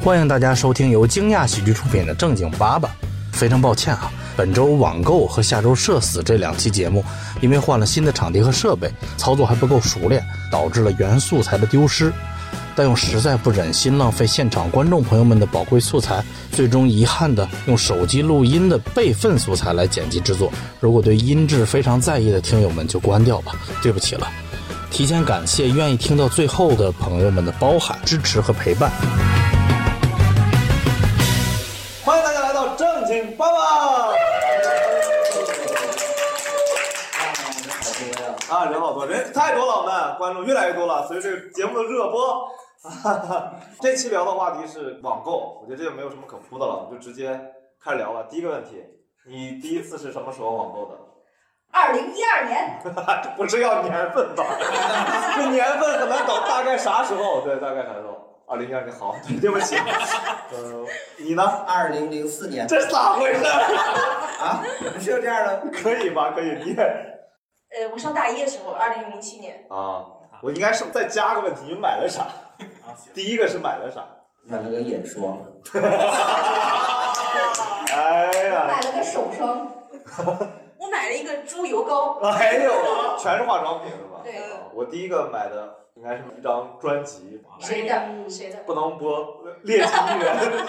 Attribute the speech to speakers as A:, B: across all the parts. A: 欢迎大家收听由惊讶喜剧出品的《正经爸爸》。非常抱歉啊，本周网购和下周社死这两期节目，因为换了新的场地和设备，操作还不够熟练，导致了原素材的丢失。但又实在不忍心浪费现场观众朋友们的宝贵素材，最终遗憾的用手机录音的备份素材来剪辑制作。如果对音质非常在意的听友们就关掉吧，对不起了。提前感谢愿意听到最后的朋友们的包涵、支持和陪伴。
B: 欢迎大家来到正经爸爸。啊，人好多，人太多了，我们观众越来越多了，随着这个节目的热播。 哈哈，这期聊的话题是网购，我觉得这就没有什么可铺的了，我们就直接开始聊了。第一个问题，你第一次是什么时候网购的？
C: 二零一二年，
B: 这不是要年份吧？这年份很难搞，大概啥时候？对，大概啥时候？二零一二年，好，对不 起。呃，你呢？
D: 二零零四年
B: 这是咋回事？
D: 啊，不是有这样的？
B: 可以吧？可以，你也
C: 呃，我上大一的时候，二零零七年，
B: 啊，我应该是再加个问题，你买了啥？
E: 啊
B: 第一个是买了啥？
D: 买了个眼霜，
B: 哎呀，
C: 买了个手 霜，我买了一个猪油膏，
B: 还有哎全是化妆品是吧？
C: 对
B: 啊我第一个买的应该是一张专辑，
C: 谁的？谁的？
B: 不能播，呃劣迹艺人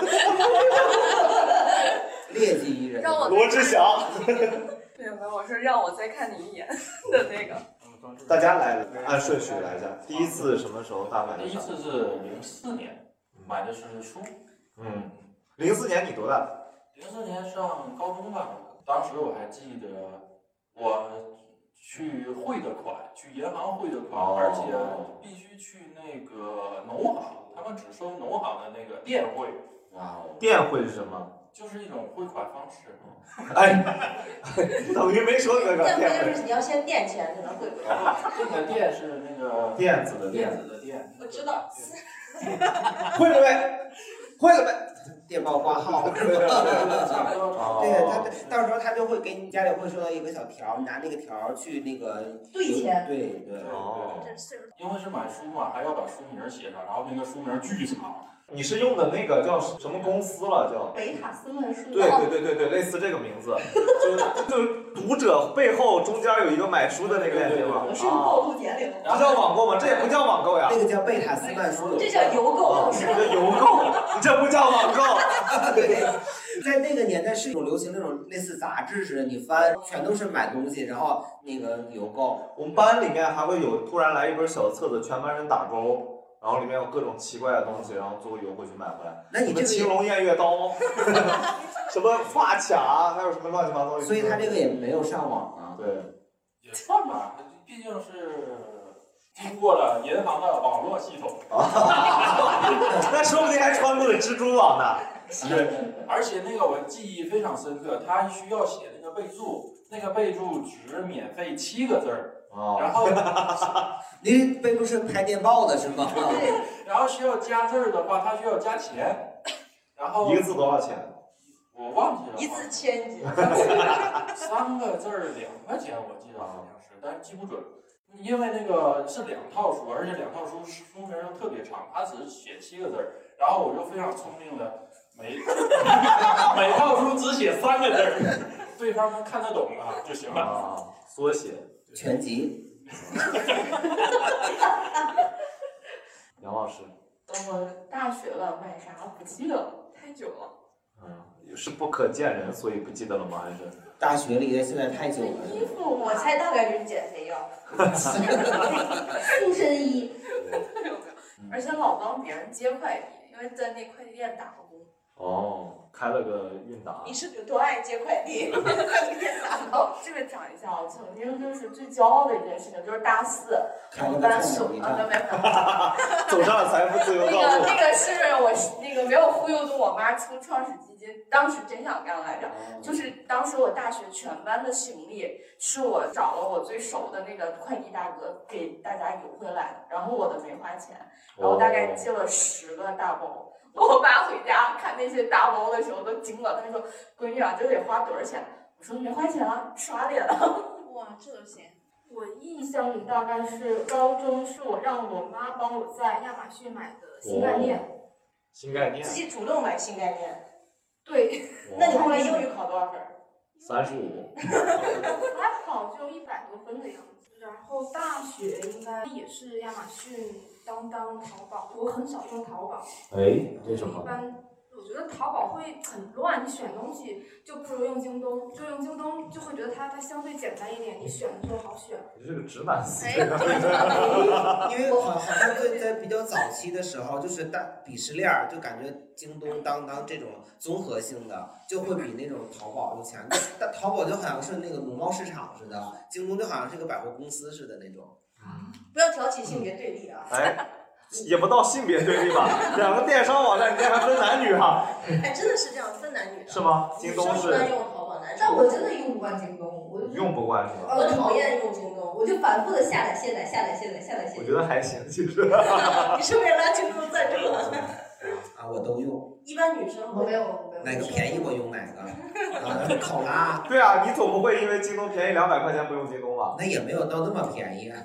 D: 劣迹艺人。
F: 让我
B: 罗志祥，
F: 没有没有，我说让我再看你一眼 的那个，
B: 大家来按顺序来一下，第一次什么时候大买的
E: 第一
B: 啥？
E: 次是零四年买的是书，
B: 嗯，零四年你多大？
E: 零四年上高中吧，当时我还记得我去汇的款，去银行汇的款，
B: 哦
E: 而且必须去那个农行，他们只收农行的那个电汇，
D: 哇哦！
B: 电汇是什么？
E: 就是一种汇款方式。
B: 哎，等于没说那个
C: 但不
B: 电
C: 就
B: 汇，
C: 是你要先垫钱才能汇过来。
B: 哦
E: 这个哦电是那个
B: 电子的
E: 电
B: 电，
E: 子的电，
C: 我知道，
B: 会了没？会了没？
D: 电报挂 号是
B: 对
D: 吧？
B: 哦
D: 对他，他到时候他就会给你家里会收到一个小条，你拿那个条去那个
C: 兑钱。
D: 对对，
B: 哦，
C: 这岁数
E: 因为是买书嘛，还要把书名写上，然后那个书名巨长，
B: 你是用的那个叫什么公司了？叫
G: 哎
C: 北塔斯曼书
B: 对对对对对，类似这个名字，就就读者背后中间有一个买书的那个链接嘛。
C: 我是
B: 啊，
C: 暴露年龄，
B: 这叫网购吗？这也不叫网购呀，
D: 那个叫贝塔斯曼书友
C: 这叫邮购，
B: 你这邮购，你这不叫网购。
D: 对，在那个年代是一种流行那种类似杂志似的，你翻全都是买东西，然后那个邮购，
B: 我们班里面还会有突然来一本小册子，全班人打勾，然后里面有各种奇怪的东西，然后最后邮回去买回来。
D: 那
B: 什
D: 你
B: 么
D: 这
B: 青
D: 个，
B: 龙偃月 刀，什么发卡，还有什么乱七八糟的。
D: 所以他这个也没有上网啊。
B: 对，
E: 也算吧，毕竟是经过了银行的网络系统。
B: 那说不定还穿过了蜘蛛网 呢。
E: 对，而且那个我记忆非常深刻，他需要写那个备注，那个备注只免费七个字儿，
B: 哦，
E: 然后
D: 您背不是拍电报的是吗？
E: 然后需要加字儿的话，他需要加钱，然后
B: 一个字多少钱？
E: 我忘记了，
C: 一字千金。
E: 三个字儿两块钱，我记得好像是，但是记不准。因为那个是两套书，而且两套书书名又特别长，它只是写七个字儿，然后我就非常聪明的，每 每套书只写三个字儿，对方能看得懂啊就行了。
B: 啊，缩写。
D: 全集，
B: 杨老师，
F: 等我大学了买啥不记得了，太久了。
B: 嗯，是不可见人，所以不记得了吗？还是
D: 大学离的现在太久
F: 这
D: 了。
F: 衣服
C: 我猜大概就是减肥药，塑身衣。
F: 没有没有，而且老帮别人接快递，因为在那快递店打过工。
B: 哦，开了个韵达
C: 你是有多爱接快 递？
F: 哦，这个讲一下，我曾经就是最骄傲的一件事情，就是大四我
D: 看了
F: 们
D: 个
F: 班
D: 菜
F: 所
D: 鸟
F: 啊，没有
D: 驿站，
F: 没有。
B: 走上了财富自由
F: 那
B: 道
F: 个
B: 路。
F: 那个是我是那个没有忽悠动我妈出创始基金，当时真想干来着。就是当时我大学全班的行李是我找了我最熟的那个快递大哥给大家邮回来的，然后我的没花钱，然后大概寄了十个大包。我爸回家看那些大包的时候都惊了，他说：“闺女啊，这得花多少钱？”我说：“没花钱啊，刷脸啊。”
C: 哇，这都行。
H: 我印象里大概是高中，是我让我妈帮我在亚马逊买的新概念，
B: 新概念
C: 自己主动买新概念。
F: 对，
C: 那你后来英语考多少分儿？
B: 三十五，
H: 还好就一百多分的样子。然后大学应该也是亚马逊、当当、淘宝，我很少用淘宝，
B: 哎，为什
H: 一
B: 么？
H: 般。我觉得淘宝会很乱，你选东西就不如用京东，就用京东就会觉得它它相对简单一点，你选的时候好选。
B: 你是个直男思
F: 哎
B: 维，
D: 因为好好像对在比较早期的时候，就是大鄙视链儿，就感觉京东、当当这种综合性的就会比那种淘宝有钱。但淘宝就好像是那个农贸市场似的，京东就好像是个百货公司似的那种。
C: 不要挑起性别对立啊！
B: 哎，也不到性别对立吧？两个电商网站，你这还分男女哈，
C: 哎，真的是这样分男女的。
B: 是吗？京东
C: 女生一般
B: 是
C: 用淘宝，男生
G: 但我真的用不惯京东，我
B: 用不惯是吧？
D: 哦
C: 我讨厌用京东，我就反复的下载、卸载、下载、卸载、下载、卸
B: 我
C: 载
B: 觉。得还行，其实。
C: 你是不是也拿京东赞助啊？
D: 啊，我都用，
C: 一般女生
G: 我
C: 会
G: 没有，我没有。
D: 哪个便宜我用哪个。啊，考拉
B: 对啊，你总不会因为京东便宜两百块钱不用京东吧？
D: 那也没有到那么便宜啊。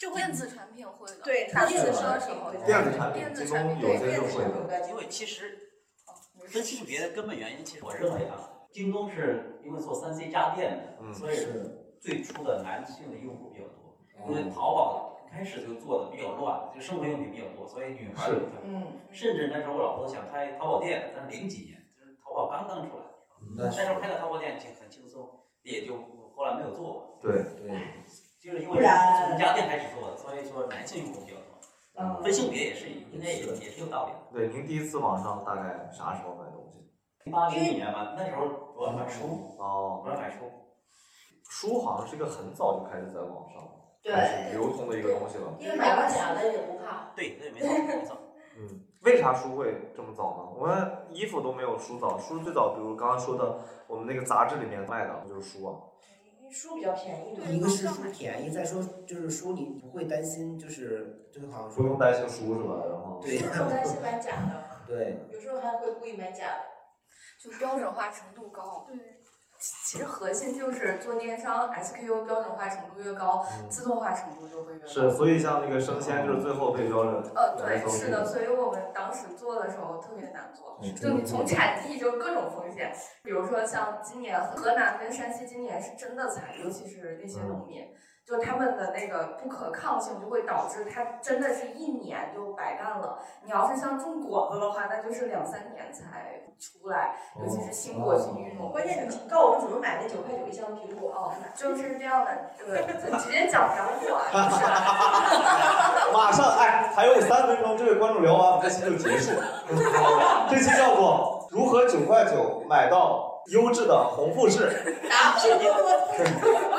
F: 就电子产品会的，
C: 对
F: 打
C: 特
F: 字
C: 定的
F: 的
C: 时
F: 时
C: 候
F: 候
C: 是
F: 挺会的
B: 电子产品，
F: 电子
B: 京
F: 产
B: 东
F: 品
B: 有
C: 对
B: 些
C: 电
B: 就
C: 子
B: 会
C: 产品
B: 的。
C: 的
I: 因为其 实
C: 没事
I: 分性别的根本原因，其实我认为啊，京东是因为做三 C 家电的，
B: 嗯
I: 所以最初的男性的用户比较多。
B: 哦
I: 因为淘宝开始就做的比较乱，就生活用品比较多，所以女孩儿
B: 是
I: 用的
G: 嗯，
I: 甚至那时候我老婆想开淘宝店，但是零几年，就是淘宝刚刚出来，
D: 那
I: 那
B: 嗯
D: 是
I: 时候开的淘宝店就很轻松，也就后来没有做，
B: 对，
D: 对，
I: 就是因
C: 不
I: 为
C: 然
I: 从家电开始做的，所以说男性用户比较多。
G: 嗯
I: 分性别也是应该也也是有道理的。
B: 对，您第一次网上大概啥时候买东西？
I: 零八零几年吧，那时候我要买书，
B: 哦，
I: 我要买书，
B: 书好像是一个很早就开始在网上开
C: 对
B: 始流通的一个东西了。
C: 因为买过假的也不怕。
I: 对对没错没错。
B: 嗯，为啥书会这么早呢？我们衣服都没有书早，书最早，比如刚刚说的，我们那个杂志里面卖的就是书啊。
C: 因为书比较便宜嘛。
D: 一个是书便宜，再说就是书你不会担心，就是就是好像
B: 不用
D: 说
B: 担心书是吧？然后
D: 对
C: 我担心买假的，
D: 对，
C: 有时候还会故意买假的。
F: 就标准化程度高。
H: 对，
F: 其实核心就是做电商，SKU 标准化程度越高，
B: 嗯
F: 自动化程度就会越高。
B: 是，所以像那个生鲜就是最后被标准。
F: 呃，对，是的，所以我们当时做的时候特别难做，
D: 嗯
F: 就你从产地就各种风险，比如说像今年河南跟山西今年是真的惨，尤其是那些
D: 嗯
F: 农民，就他们的那个不可抗性就会导致他真的是一年就白干了。你要是像种果子的话，那就是两三年才出来，尤其是新
D: 哦
F: 果群育 种，
C: 关键你告诉我们怎么买那九块九一箱苹果
F: 哦
C: 啊？，
F: 就是这样的，对，就直接讲洋货，啊 就是。
B: 马上，哎，还有三分钟，这位观众聊完，我们这期就结束。 这期叫做《如何九块九买到优质的红富士
C: 打拼多多。
F: 不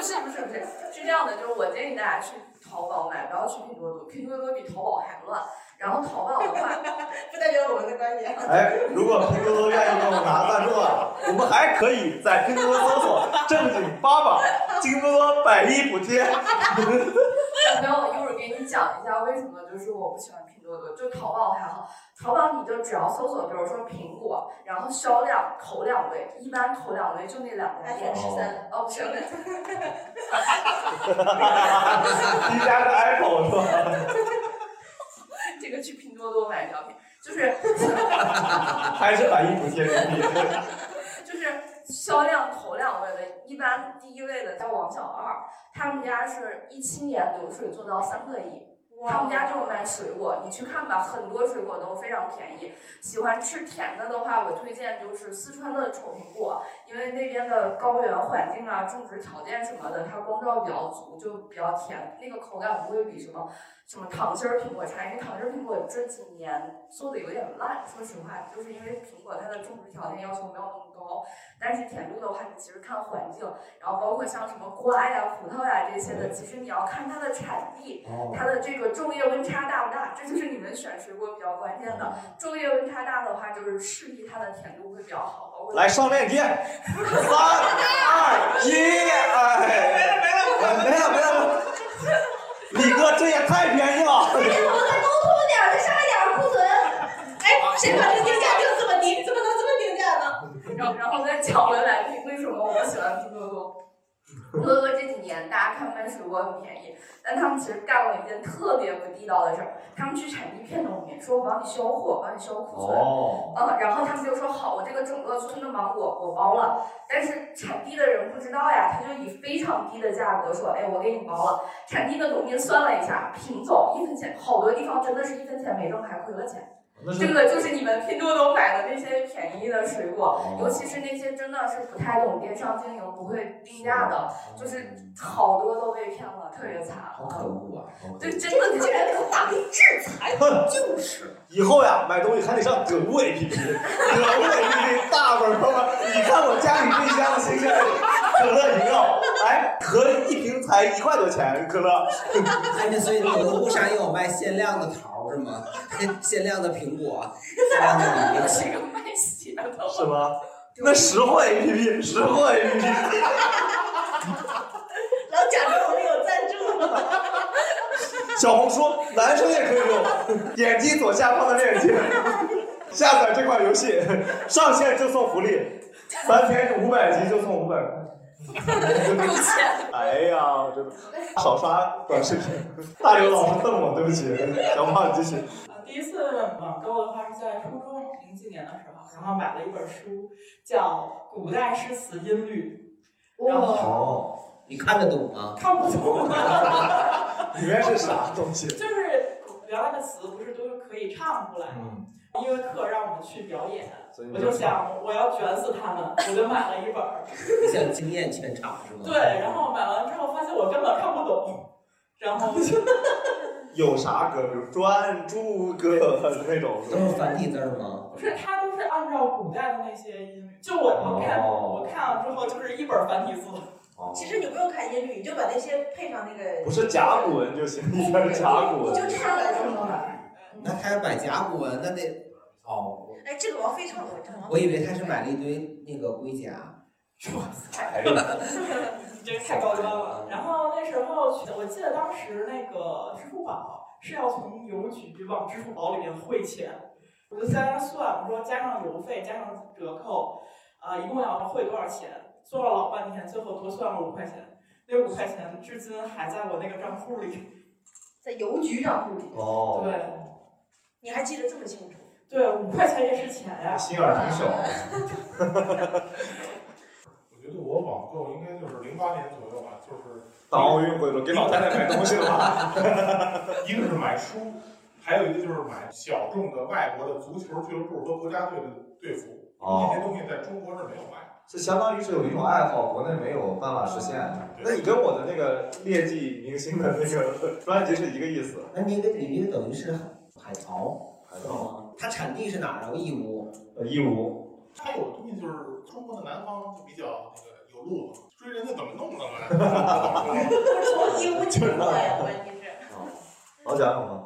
F: 是不是不是，是这样的，就是我建议大家去淘宝买，不要去拼多多，拼多多比淘宝还乱。然后淘宝的话，
C: 不代表我们的 观点。》。
B: 哎，如果拼多多愿意给我们拿赞助啊，我们还可以在拼多多搜索“正经八宝”，拼多多百亿补贴。
F: 没有，一会儿给你讲一下为什么就是我不喜欢拼多多，就淘宝还好，淘宝你就只要搜索，比如说苹果，然后销量头两位，一般头两位就那两家店。
C: iPhone 十三，
F: 哦，不是，
B: 第一家是 Apple 是吧？
F: 这个去拼多多买商品， 就是
B: 还是百亿补贴人民币？
F: 就是销量头两位的，一般第一位的叫王小二，他们家是一七年流水做到三个亿。他们家就是卖水果，你去看吧，很多水果都非常便宜。喜欢吃甜的的话，我推荐就是四川的丑苹果，因为那边的高原环境啊、种植条件什么的，它光照比较足，就比较甜，那个口感不会比什么什么糖心儿苹果差。因为糖心儿苹果这几年做的有点烂，说实话，就是因为苹果它的种植条件要求没有那么高。但是甜度的话，你其实看环境，然后包括像什么瓜呀、葡萄呀这些的，其实你要看它的产地。
D: 哦，
F: 它的这个昼夜温差大不大，这就是你们选水果比较关键的。昼夜温差大的话，就是适宜它的甜度会比较好。包括
B: 来上链接，三二一，哎，没了没了没了没了，李哥这也太便宜了。
C: 哎呀，我再沟通点儿，再杀一点儿库存。哎，谁把这定价定这么低？怎么能这么定价呢？
F: 然后然后再讲回来，为什么我喜欢拼多多？拼多多这几年大家看卖水果很便宜，但他们其实干了一件特别不地道的事儿，他们去产地骗到我们，说我帮你销货，帮你销库存。
I: 哦，
F: 嗯，然后他们就说好，我这个整个村的芒果我包了，但是产地的人不知道呀，他就以非常低的价格说，哎，我给你包了。产地的农民算了一下，平走一分钱，好多地方真的是一分钱没挣，还亏了钱。
B: 那
F: 这
B: 是
F: 个就是你们拼多多买的那些便宜的水果，尤其是那些真的是不太懂电商经营、不会定价的，就是好多都被骗了，特别惨。
D: 好可恶啊！好可恶
F: 对，真的
C: 竟然能法律制裁，
D: 就是
B: 以后呀，买东西还得上葛物 APP，葛物 APP 大本儿吗？你看我家里冰箱的新鲜可乐饮料，哎， 可一瓶才一块多钱，可乐。
D: 哎，那所以那个物上也有卖限量的桃是吗？ 限量的苹果，限量的 梨。
F: 有这个卖血的。
B: 是吗？那识货 APP，识货 APP，
C: 老假装我们有赞助，
B: 小红书男生也可以用， 点击左下方的链接，下载这款游戏，上线就送福利，三天是五百级就送五百块。哎呀，真的少刷短视频。大刘老师瞪我，对不起，小胖继续。
E: 啊，第一次网购的话是在初中零几年的时候，然后买了一本书，叫《古代诗词音律》，然后
B: 哦，
D: 你看得懂吗？
E: 看不懂啊，
B: 里面是啥东西？
E: 就是原来的词不是都是可以唱出来吗？
B: 嗯，
E: 音乐课让我们去表演，
B: 所以
E: 我就想我要卷死他们，我就买了一本儿。
D: 你想惊艳全场
B: 嗯
D: 是吗？
E: 对，然后买完之后发现我根本看不懂，然后就
B: 有啥歌？比如专诸葛那种是
D: 都
B: 吧
D: 是繁体字儿吗？
E: 不是它都是按照古代的那些音律，就我我看
B: 哦
E: 我看了之后就是一本儿繁体字。
C: 其实你不用看音律，你就把那些配上那个，
B: 不是甲骨文就行，一边是甲骨
C: 你
B: 文。
C: 就这样来就好了。
D: 那他是买甲骨文，那得哦，
C: 哎，这个王非常有这个王
D: 我以为他是买了一堆那个龟甲，
E: 哇塞！
I: 哎呀，
E: 你这个太高端
D: 嗯
E: 了。然后那时候去，我记得当时那个支付宝是要从邮局往支付宝里面汇钱，我就在那算，我说加上邮费，加上折扣，啊、一共要汇多少钱？算了老半天，最后多算了五块钱。那五块钱至今还在我那个账户里。
C: 在邮局账户里，
B: 哦，
E: 对
C: 你还记得这么清楚？
E: 对，五块钱也是钱呀、
B: 心眼儿挺小。
J: 我觉得我网购应该就是零八年左右吧，就是
B: 当奥运会的时候给老太太买东西的话，
J: 一个是买书，还有一个就是买小众的外国的足球俱乐部和国家队的队服，
B: 哦
J: 这些东西在中国是没有卖
B: 这相当于是有一种爱好，国内没有办法实现。那你跟我的那个劣迹明星的那个 专辑是一个意思。
D: 那哎你这个你这个等于是海淘，
B: 还
D: 知道吗？它产地是哪儿啊？义乌。
B: 有义乌，
J: 的。还有东西就是中国的南方就比较那个有路子，追人家怎么弄的嘛不 好说。
C: 从义乌进货呀，啊关键是。
B: 老蒋有吗？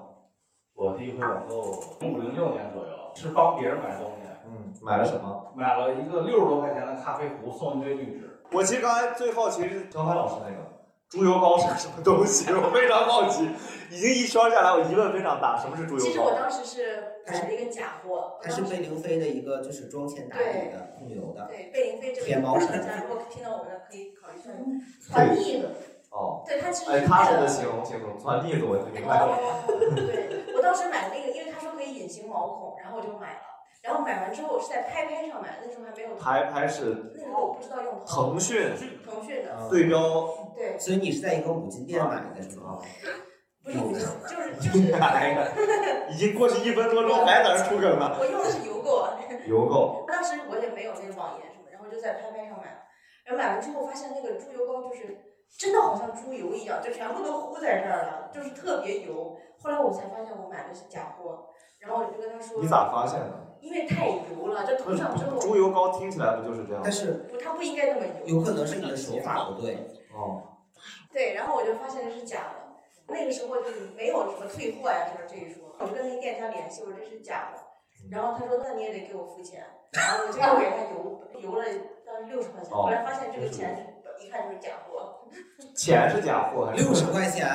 I: 我第一回网购零五零六年左右，是帮别人买东西，
B: 嗯，买了什么？
I: 买了一个六十多块钱的咖啡壶，送一堆绿植。
B: 我其实刚才最好奇是程海老师那个猪油膏是什么东西，我非常好奇。已经一圈下来，我疑问非常大，什么是猪
C: 其
B: 油
C: 实我
B: 膏？
C: 当时是买了一个假货，
D: 它是贝玲妃的一个就是妆前打底的控油的，
C: 对贝玲妃这个
D: 天猫
C: 厂家，如果听到我们的可以考虑一下。
B: 团
C: 腻子，
B: 哦，
C: 对它其实
B: 哎，他说的形容形容，算腻子我就明白了。
C: 哦，对，我当时买那个，因为他说可以隐形毛孔，然后我就买了。然后买完之后，我是在拍拍上买的，那时候还没有
B: 排拍是
C: 那个我不知道用腾
B: 腾讯
C: 腾讯的，
B: 对标，
C: 对，
D: 所以你是在一个五金店买的是 吗？
C: 不是我就是就是，
B: 哎呀，已经过去一分多钟，还在那出梗呢。
C: 我用的是邮购，
B: 邮购。
C: 当时我也没有那个网银什么，然后就在拍拍上买了。然后买完之后发现那个猪油膏就是真的好像猪油一样，就全部都糊在这儿了，就是特别油。后来我才发现我买的是假货，然后我就跟他说
B: 你，咋发现的？
C: 因为太油了，这涂上之后
B: 嗯猪油膏听起来不就是这样
D: 但？是
C: 不，它不应该那么油。
D: 有可能是你的手法不对，
B: 哦，
C: 对，然后我就发现是假的。那个时候就是没有什么退货呀、什么这一说，我就跟那个店家联系，我说这是假的。然后他说那你也得给我付钱，然后我就又给他邮邮了当时六十块钱，
B: 哦
C: 后来发现这个钱是一看就是假货，
B: 钱是假货还是
D: 六十？块钱。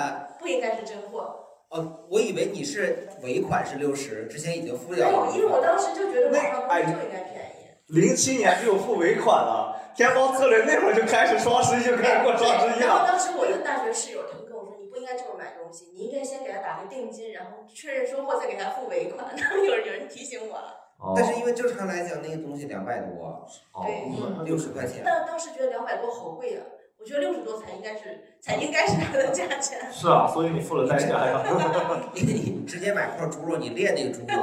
C: 不应该是真货。
D: 哦，我以为你是尾款是六十，之前已经付
C: 没
D: 掉
C: 有，
D: 了。
C: 因为我当时就觉得网上
B: 那哎
C: 东西就应该便宜。
B: 零七年就有付尾款了，天猫策略那会儿就开始双十一就开始过双十一
C: 然后当
B: 了。
C: 时我一个大学室友，他们跟我说，你不应该这么买东西，你应该先给他打个定金，然后确认收货再给他付尾款。 然后有人有人提醒我了，
D: 但是因为正常来讲，那个东西两百多，
C: 对
D: 六十块钱，
C: 但当时觉得两百多好贵啊，我觉得六十多才应该是才应该是它的价钱。
B: 是啊， 所以你付了代价呀。
D: 你直接买块猪肉，你练那个猪 肉，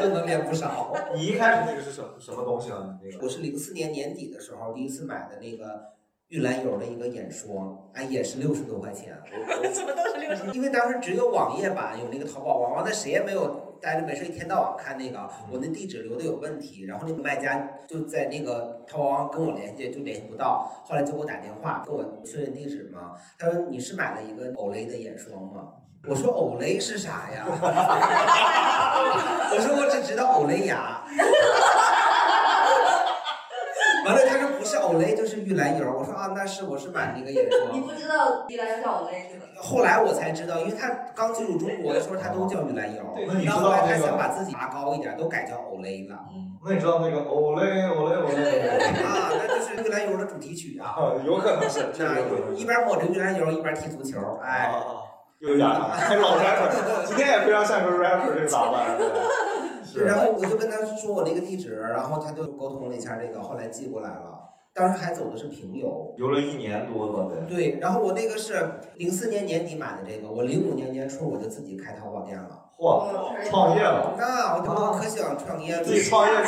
D: 都能练不少。
B: 你一开始那个是什么什么东西啊？那个
D: 我是零四年年底的时候第一次买的那个玉兰油的一个眼霜，哎，也是六十多块 钱。啊
C: 怎么都是六
D: 十？因为当时只有网页版有那个淘宝网，完了谁也没有待着没事一天到晚看那
B: 嗯
D: 个，我那地址留的有问题，然后那个卖家就在那个淘宝网跟我联系，就联系不到，后来就给我打电话跟我确认地址嘛，他说你是买了一个欧蕾的眼霜吗？我说欧蕾是啥呀？ 我说我只 知道欧蕾雅。完了，他说不是欧蕾就是玉兰油，我说啊，那是我是买那个眼霜。
G: 你不知道迪兰叫我那个，
D: 后来我才知道，因为他刚进入中国的时候，他都叫玉兰油
B: 对那你，知
D: 然
B: 道
D: 后后来他
B: 那个嗯
D: 想把自己拔高一点，都改叫欧蕾了。
B: 那你知道那个欧嘞欧嘞欧哦嘞？
D: 啊，那就是玉兰油的主题曲啊，
B: 有可能是确实有可
D: 那
B: 能
D: 一边抹着玉兰油，一边踢足球，哎，
B: 啊又演了，还哎老 rapper，今天也非常像个 rapper 这个打扮。是
D: 然后我就跟他说我那个地址，然后他就沟通了一下这个，后来寄过来了。当时还走的是平邮，
B: 游了一年多吧，得。
D: 对。然后我那个是零四年年底买的这个，我零五年年初我就自己开淘宝店了。
B: 嚯，哦创业了。
D: 那我我可想创业了。
B: 啊
D: 啊
B: 自己创业，啊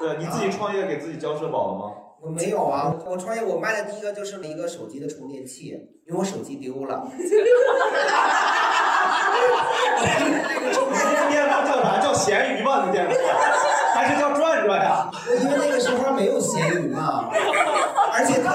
B: 对，你自己创业给自己交社保了吗？
D: 我没有啊，我创业我卖的第一个就是一个手机的充电器，因为我手机丢了。
B: 那个电话叫啥？叫咸鱼吧？那电话还是叫转转呀？
D: 我因为那个时候没有闲鱼嘛，而 且他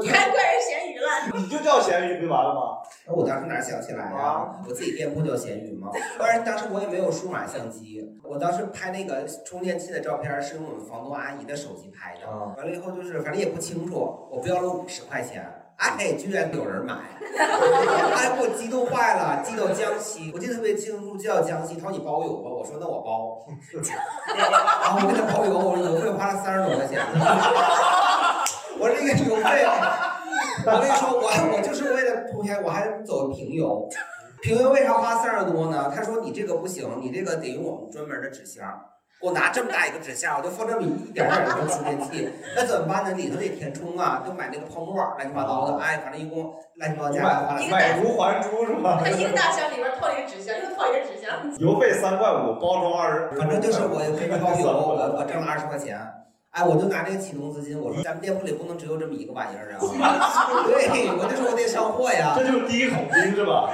C: 你还怪人咸鱼了？
B: 你就叫咸鱼不就完了吗？啊
D: 那我当时哪想起来呀、我自己店铺叫闲鱼嘛。当然，当时我也没有数码相机，我当时拍那个充电器的照片是用我们房东阿姨的手机拍的。
B: 啊
D: 完了以后就是反正也不清楚，我标了五十块钱，哎，居然有人买，哎，给我激动坏了，寄到江西，我记得特别清楚，寄到江西，他说你包邮吧，我说那我包，然后我给他包邮，我邮费花了三十多块钱， 我这个邮费啊。我跟你说，我还我就是为了图便宜，我还走平邮。平邮为啥花三十多呢？他说你这个不行，你这个得用我们专门的纸箱。我拿这么大一个纸箱，我就放这么一点点的充电器，那怎么办呢？里头得填充啊，就买那个泡沫儿，乱七八糟的。哎，反正一共乱七八糟加起来花了
B: 买买椟还珠是吧？
C: 一个大箱里边套一个纸箱，又套一个纸箱。
B: 邮费三块五，包装二十。
D: 反正就是我给你包邮，我我挣了二十块钱。哎，我就拿这个启动资金，我说咱们店铺里不能只有这么一个玩意儿啊！对，我就说我得上货呀。
B: 这就是第一桶金是吧？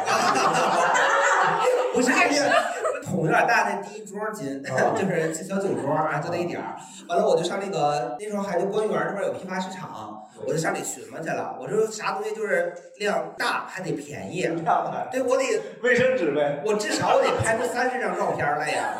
D: 不是，就是桶有点 大，那第一桌金，
B: 啊
D: 就是小酒桌啊，就那一点儿。完了，我就上那个那时候还就官园那边有批发市场，我就上里寻摸去了。我说啥东西就是量大还得便宜，对我得
B: 卫生纸呗，啊
D: 我至少我得拍出三十张照片来 呀。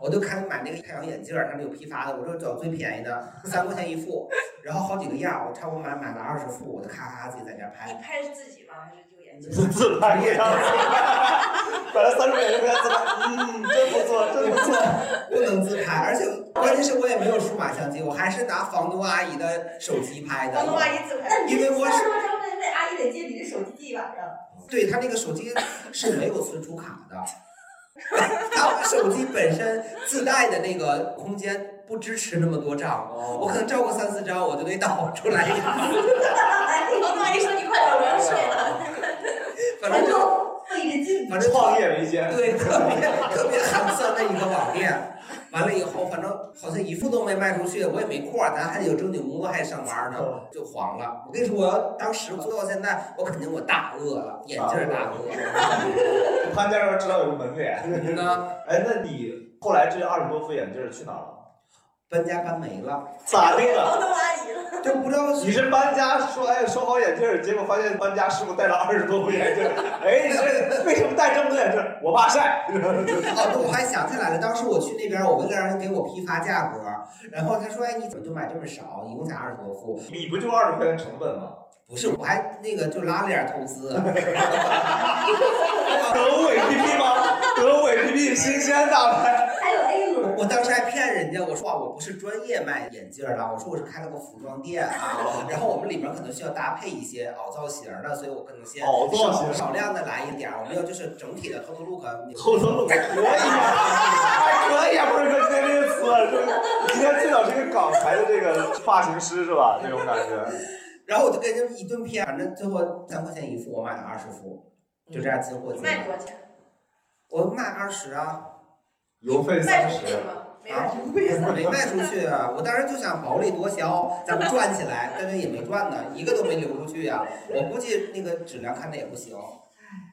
D: 我就看买那个太阳眼镜儿，他们有批发的，我说找最便宜的，三块钱一副，然后好几个样儿，我差不多买买了二十副，我就咔咔咔自己在家拍。
C: 你拍是自己吗？还是有眼镜？
B: 自拍一张， 本来三十块钱就该自拍，嗯，真不错，真不错。
D: 不能自拍，而且关键是我也没有数码相机，我还是拿房东阿姨的手机拍的。
C: 房东阿姨自拍。
D: 因为我
G: 三
D: 是
G: 十块钱，那那阿姨得借你这手机借一晚上。
D: 对他那个手机是没有存储卡的，他手机本身自带的那个空间不支持那么多张，
B: 哦
D: 我可能照个三四张我就得导 出来一 张。
C: 房东阿姨说你快点，我要睡了。
D: 反正就
G: 费着劲。
D: 反正
B: 创业维艰，
D: 对，特别特别寒酸的一个网店。完了以后，反正好像一副都没卖出去，我也没空儿，咱还得有正经工作，还得上班呢，就黄了。我跟你说，我要当时做到现在，我肯定我大饿了，眼镜儿大饿了。
B: 潘家园知道有个门脸。
D: 嗯那
B: 哎，那你后来这二十多副眼镜儿去哪儿了？
D: 搬家搬没了，
B: 咋啊的
C: 房
B: 了？
C: 东阿姨了。
D: 就不知道
B: 你是搬家说哎说好眼镜儿，结果发现搬家师傅带了二十多副眼镜儿，哎，你这为什么带这么多眼镜儿？ 我怕晒。
D: 哦，对，我还想起来
B: 哎
D: 了，当时我去那边，我问让人给我批发价格，然后他说：“哎，你怎么就买这么少？一共才二十多副。”
B: 你不就二十块钱成本吗？
D: 不是，我还那个就拉了点投资。啊
B: 德物 APP 吗？德物 APP 新鲜大牌。
G: 还有 A 轮。
D: 我当时还骗人家，我说哇，我不是专业卖眼镜儿的，我说我是开了个服装店
B: 哦
D: 啊。然后我们里面可能需要搭配一些凹造型儿的，所以我可能先
B: 凹造型
D: 少少量的来一点儿，我们要就是整体的 total look。呃
B: total look 可以吗？还可以啊，不是哥今天这个词啊，是今天最早是一个港台的这个发型师是吧？这种感觉。
D: 然后我就跟人家一顿骗，反正最后三块钱一副，我买了二十副，就这样进货进来。
C: 嗯卖多少钱？
D: 我卖二十啊，
B: 邮费
C: 卖出去吗？没卖
D: 啊
C: 出去，
D: 没卖出去啊！我当时就想薄利多销，咱们赚起来，但是也没赚呢，一个都没流出去啊！我估计那个质量看着也不行。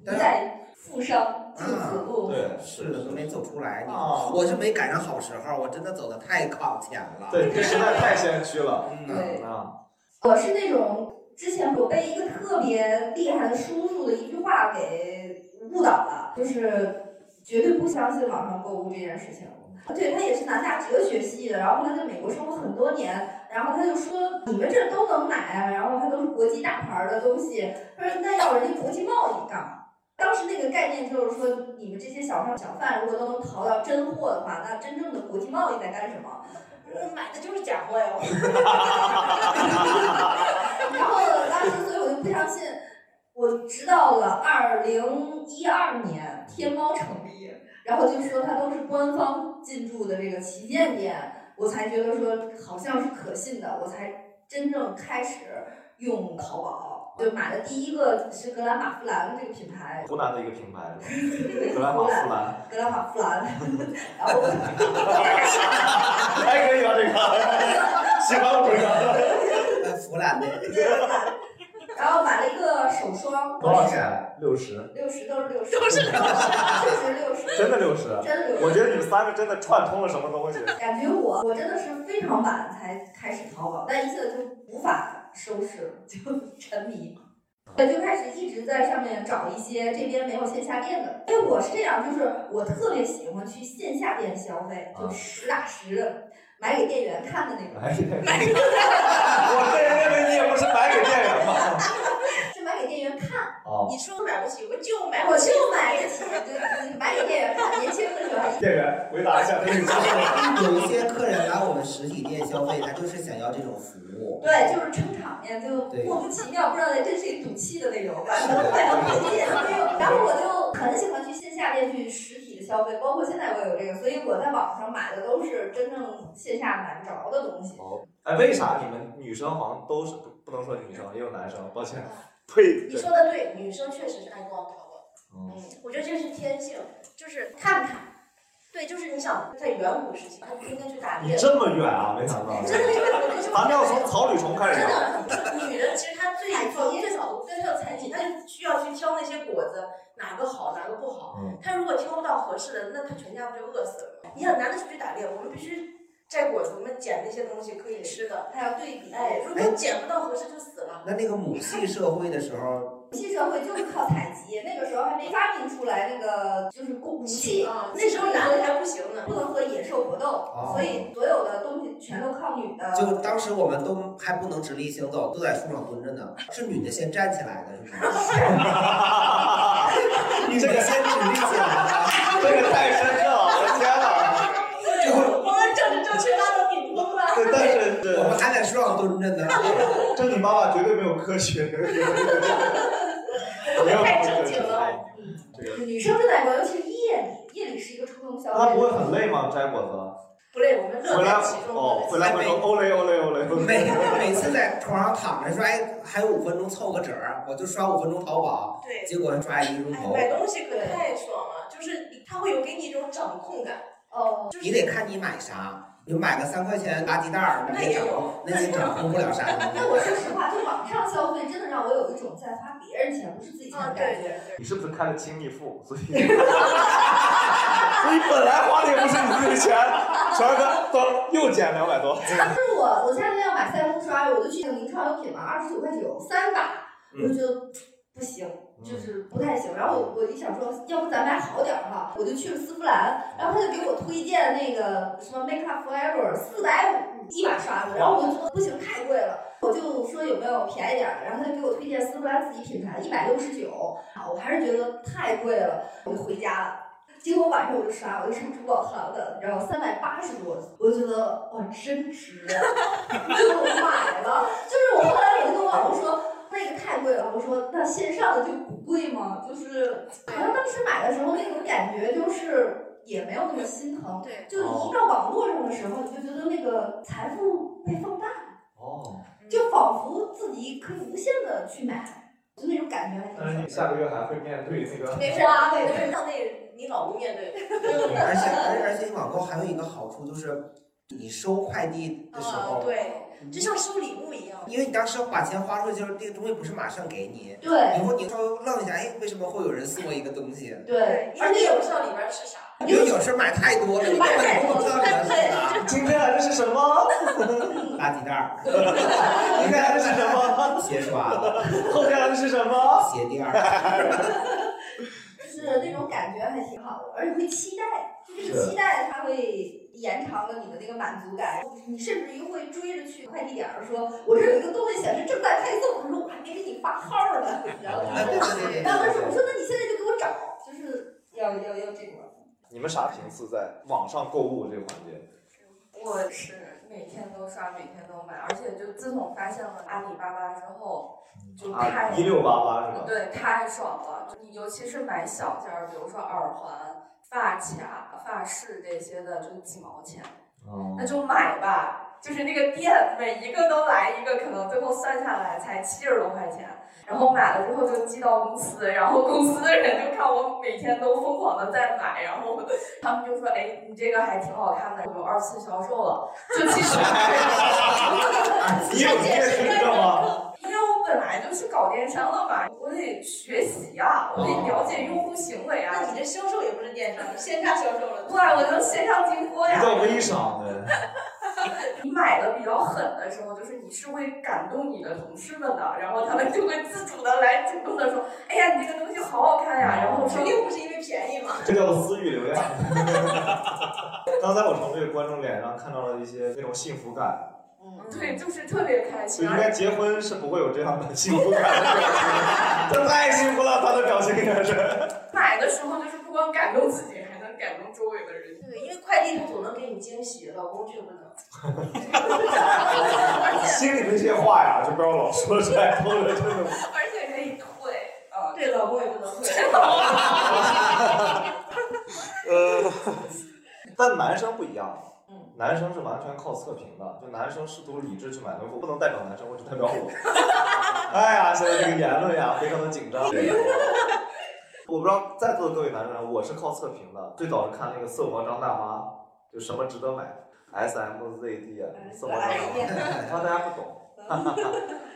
D: 但是
G: 在富商进子
D: 啊，
G: 路，
D: 是的，都没走出来。你
B: 啊
D: 我是没赶上好时候，我真的走的太靠前了。
B: 对，这时代太先驱了。
D: 嗯呐
G: 对，
B: 啊，
G: 我是那种之前我被一个特别厉害的叔叔的一句话给误导了，就是绝对不相信网上购物这件事情。对他也是南大哲学系的，然后他在美国生活很多年，然后他就说你们这儿都能买啊，然后他都是国际大牌儿的东西，他说那要人家国际贸易干嘛？当时那个概念就是说，你们这些小商小贩如果都能淘到真货的话，那真正的国际贸易在干什么？呃买的就是假货呀！我 然后当时，所以我就不相信。我直到了二零一二年，天猫成立，然后就说它都是官方进驻的这个旗舰店，我才觉得说好像是可信的，我才真正开始用淘宝。就买的第一个是格兰玛芙兰这个品牌，
B: 湖南的一个品牌，是吧 格兰玛芙兰，
G: 格兰玛芙兰，然后
B: 还可以吧？这个喜欢我这个。
D: 呃，服了那
G: 然后买了一个手霜，
B: 多少钱？六十，
G: 六十都是六十，都是六十，六十
B: 真的六十。
G: 真的六十。
B: 我觉得你们三个真的串通了什么 东西。
G: 感觉我我真的是非常晚才开始淘宝，但一下子就无法收拾， 就沉迷。对，就开始一直在上面找一些这边没有线下店的，因为我是这样，就是我特别喜欢去线下店消费，
B: 啊
G: 就实打实的买给店员看的那种，
B: 哎 我个人认为你也不是买给店员吧？
G: 是买给店员看，
B: 哦，
C: 你说买不起，我就买不
G: 我
C: 起。
G: 就买 得起，对买给店员看。年轻的时候还
B: 店员回答一下这个问题。
D: 个，有一些客人来我们实体店消费，他就是想要这种服务。
G: 对，就是撑场面，就莫名其妙，不知道这是一赌气的那种，反正反正推荐。然后我就很喜欢去线下店去实体的消费，包括现在我也有这个，所以我在网上买的都是真正线下买不着的东西。
B: 哎，为啥你们女生好像都是不不能说女生，也有男生，抱歉，呸，
C: 你说的对，女生确实是爱逛淘宝，
B: 嗯
C: 嗯，我觉得这是天性，就是看看，对，就是你想在远古时期，他天天去打猎
B: 你，这么远啊，没想到，
C: 真的是就是
B: 咱们要从草履虫开始
C: 真
B: 聊。
C: 的，女人其实她最早最早最早采集，她就需要去挑那些果子，哪个好哪个不好。
B: 嗯
C: 她如果挑不到合适的，那她全家不就饿死了吗？你很难的出去打猎，我们必须摘果子，我们捡那些东西可以吃的。
G: 还有对比，
C: 哎，如果捡不到合适就死了。
D: 那那个母系社会的时候，
G: 母系社会就是靠采集，那个时候还没发明出来那个就是武器，
C: 啊，那时候男的还不行呢。
G: 不能和野兽搏斗，所以所有的东西全都靠女的。
D: 就当时我们都还不能直立行走，都在树上蹲着呢，是女的先站起来的， 是吗？女的先直立起来的。
B: 这个太深刻了，我的天哪！
C: 我们政治正确拉到顶峰了。
B: 对，但 是
D: 我
B: 这
D: 们还在树上蹲着呢。
B: 这你妈妈绝对没有科学，没有
C: 太正经了。
G: 女生在国，尤其是夜里，夜里是一个冲动消
B: 那
G: 费。
B: 不会很累吗？摘果
C: 不累，我们
B: 子，回
C: 乐
B: 来
C: 在其中。
B: 哦，回来会说欧雷欧雷欧雷欧
D: 每
B: 雷。
D: 每次在床上躺着说，哎，还有五分钟凑个整儿，我就刷五分钟淘宝，
C: 对，哎
D: 结果刷一个钟头。
C: 买东西可太爽了，就是你他会有给你一种掌控感。
G: 哦，
C: 就是
D: 你得看你买啥，你买个三块钱垃圾袋儿，
C: 那
D: 别
C: 也
D: 整
C: 有，
D: 那你掌控不了啥东
G: 但我
D: 西。
G: 说实话，就网上消费真的让我有一种在花别人钱，不是自己钱的感觉。
C: 啊对对。
B: 你是不是看了《亲密付》，所以 所以本来花的也不是你自己的钱，全哥走又减两百多。
G: 但是我我前两天要买腮红刷，我就去那个名创优品嘛，二十九块九三把，我就觉得不行，就是不太行。然后我我就想说，要不咱买好点儿哈，我就去了丝芙兰，然后他就给我推荐那个什么 Make Up Forever 四百五一把刷子，然后我就觉得不行，太贵了。我就说有没有便宜点儿的，然后他就给我推荐丝芙兰自己品牌一百六十九，啊，我还是觉得太贵了，我就回家了。结果晚上我就刷，我就上珠宝行的，你知道吗？三百八八十多，我就觉得哇，真值 啊，就我买了。就是我后来我就跟我老公说，那个太贵了，我说那线上的就不贵吗？就是好像当时买的时候那种感觉就是。也没有那么心疼，对，就你一到网络上的时候，你就觉得那个财富被放大，
B: 哦，
G: 就仿佛自己可以无限的去买，就那种感觉还挺
B: 但是你下个月还会面对那个
C: 没事，
G: 花
D: 啊
G: 呗
C: 就是让那你老公面对。
D: 嗯而 且而而且网购还有一个好处就是，你收快递的时
G: 嗯
D: 候，
C: 啊，对，就像收礼物一样。
D: 因为你当时把钱花出去，就是这个东西不是马上给你，
C: 对
D: 以后你稍微愣一下，哎，为什么会有人送我一个东西？
G: 对
C: 因为你也不知道里边是啥。
D: 因为有时候买太多了，你根本就不知道你要送啥。
B: 今天来的是什么？
D: 垃圾袋儿，
B: 今天来的是什么？
D: 鞋刷子，
B: 后天来的是什么？
D: 鞋垫儿。
G: 就是那种感觉还挺好的，而且会期待，就是期待它会延长了你的那个满足感，你甚至于会追着去快递点儿说，我这有一个东西显示正在配送，可是我还没给你发号呢， 然后
D: 哎对对对对
G: 然后他 说，我说那你现在就给我找，就是要要要这种。
B: 你们啥频次在网上购物这个环节？
F: 我是每天都刷，每天都买，而且就自从发现了阿里巴巴之后，就太
B: 啊，一六八八是吧？
F: 对，太爽了！你尤其是买小件儿，比如说耳环、发卡、发饰这些的，就几毛钱，
B: 哦
F: 那就买吧。就是那个店每一个都来一个，可能最后算下来才七十多块钱。然后买了之后就寄到公司，然后公司的人就看我每天都疯狂的在买，然后他们就说：“哎，你这个还挺好看的，有二次销售了。”就其实
B: 你有这个知道吗？
F: 因为我本来就是搞电商的嘛，我得学习啊，我
B: 哦
F: 得了解用户行为啊。
C: 那你这销售也不是电商，线下销售了。
F: 对，我能线上进货
B: 比
F: 呀。
B: 较微商的，
F: 你买的比较狠的时候，就是你是会感动你的同事们的，然后他们就会自主的来主动的说：“哎呀，你这个东西好好
B: 哦
F: 看呀。”然后我说
C: 肯定不是因为便宜嘛。
B: 这叫做私域流量。 刚才我从这个观众脸上看到了一些那种幸福感，：“
F: 对，就是特别开
B: 所
F: 心。啊
B: 以”应
F: 而
B: 该结婚是不会有这样的幸福感的。他太幸福了，他的表情也是。
F: 买的时候就是不光感动自己，还能感动周围的人。
C: 对，因为快递它总能给你惊喜，老公却不能。
B: 心里那些话呀，就不要老说出来，偷着真的。
F: 而且可以退啊。
C: 对，老公也不能 会。
B: 呃，但男生不一样
F: 嗯，
B: 男生是完全靠测评的，就男生试图理智去买东西，我不能代表男生，我只代表我。 哎呀，现在这个言论呀，非常的紧张。 我不知道在座的各位男生，我是靠测评的，最早是看那个色魔张大妈，就什么值得买，S M Z D 啊，色魔张大妈。 然后大家不懂，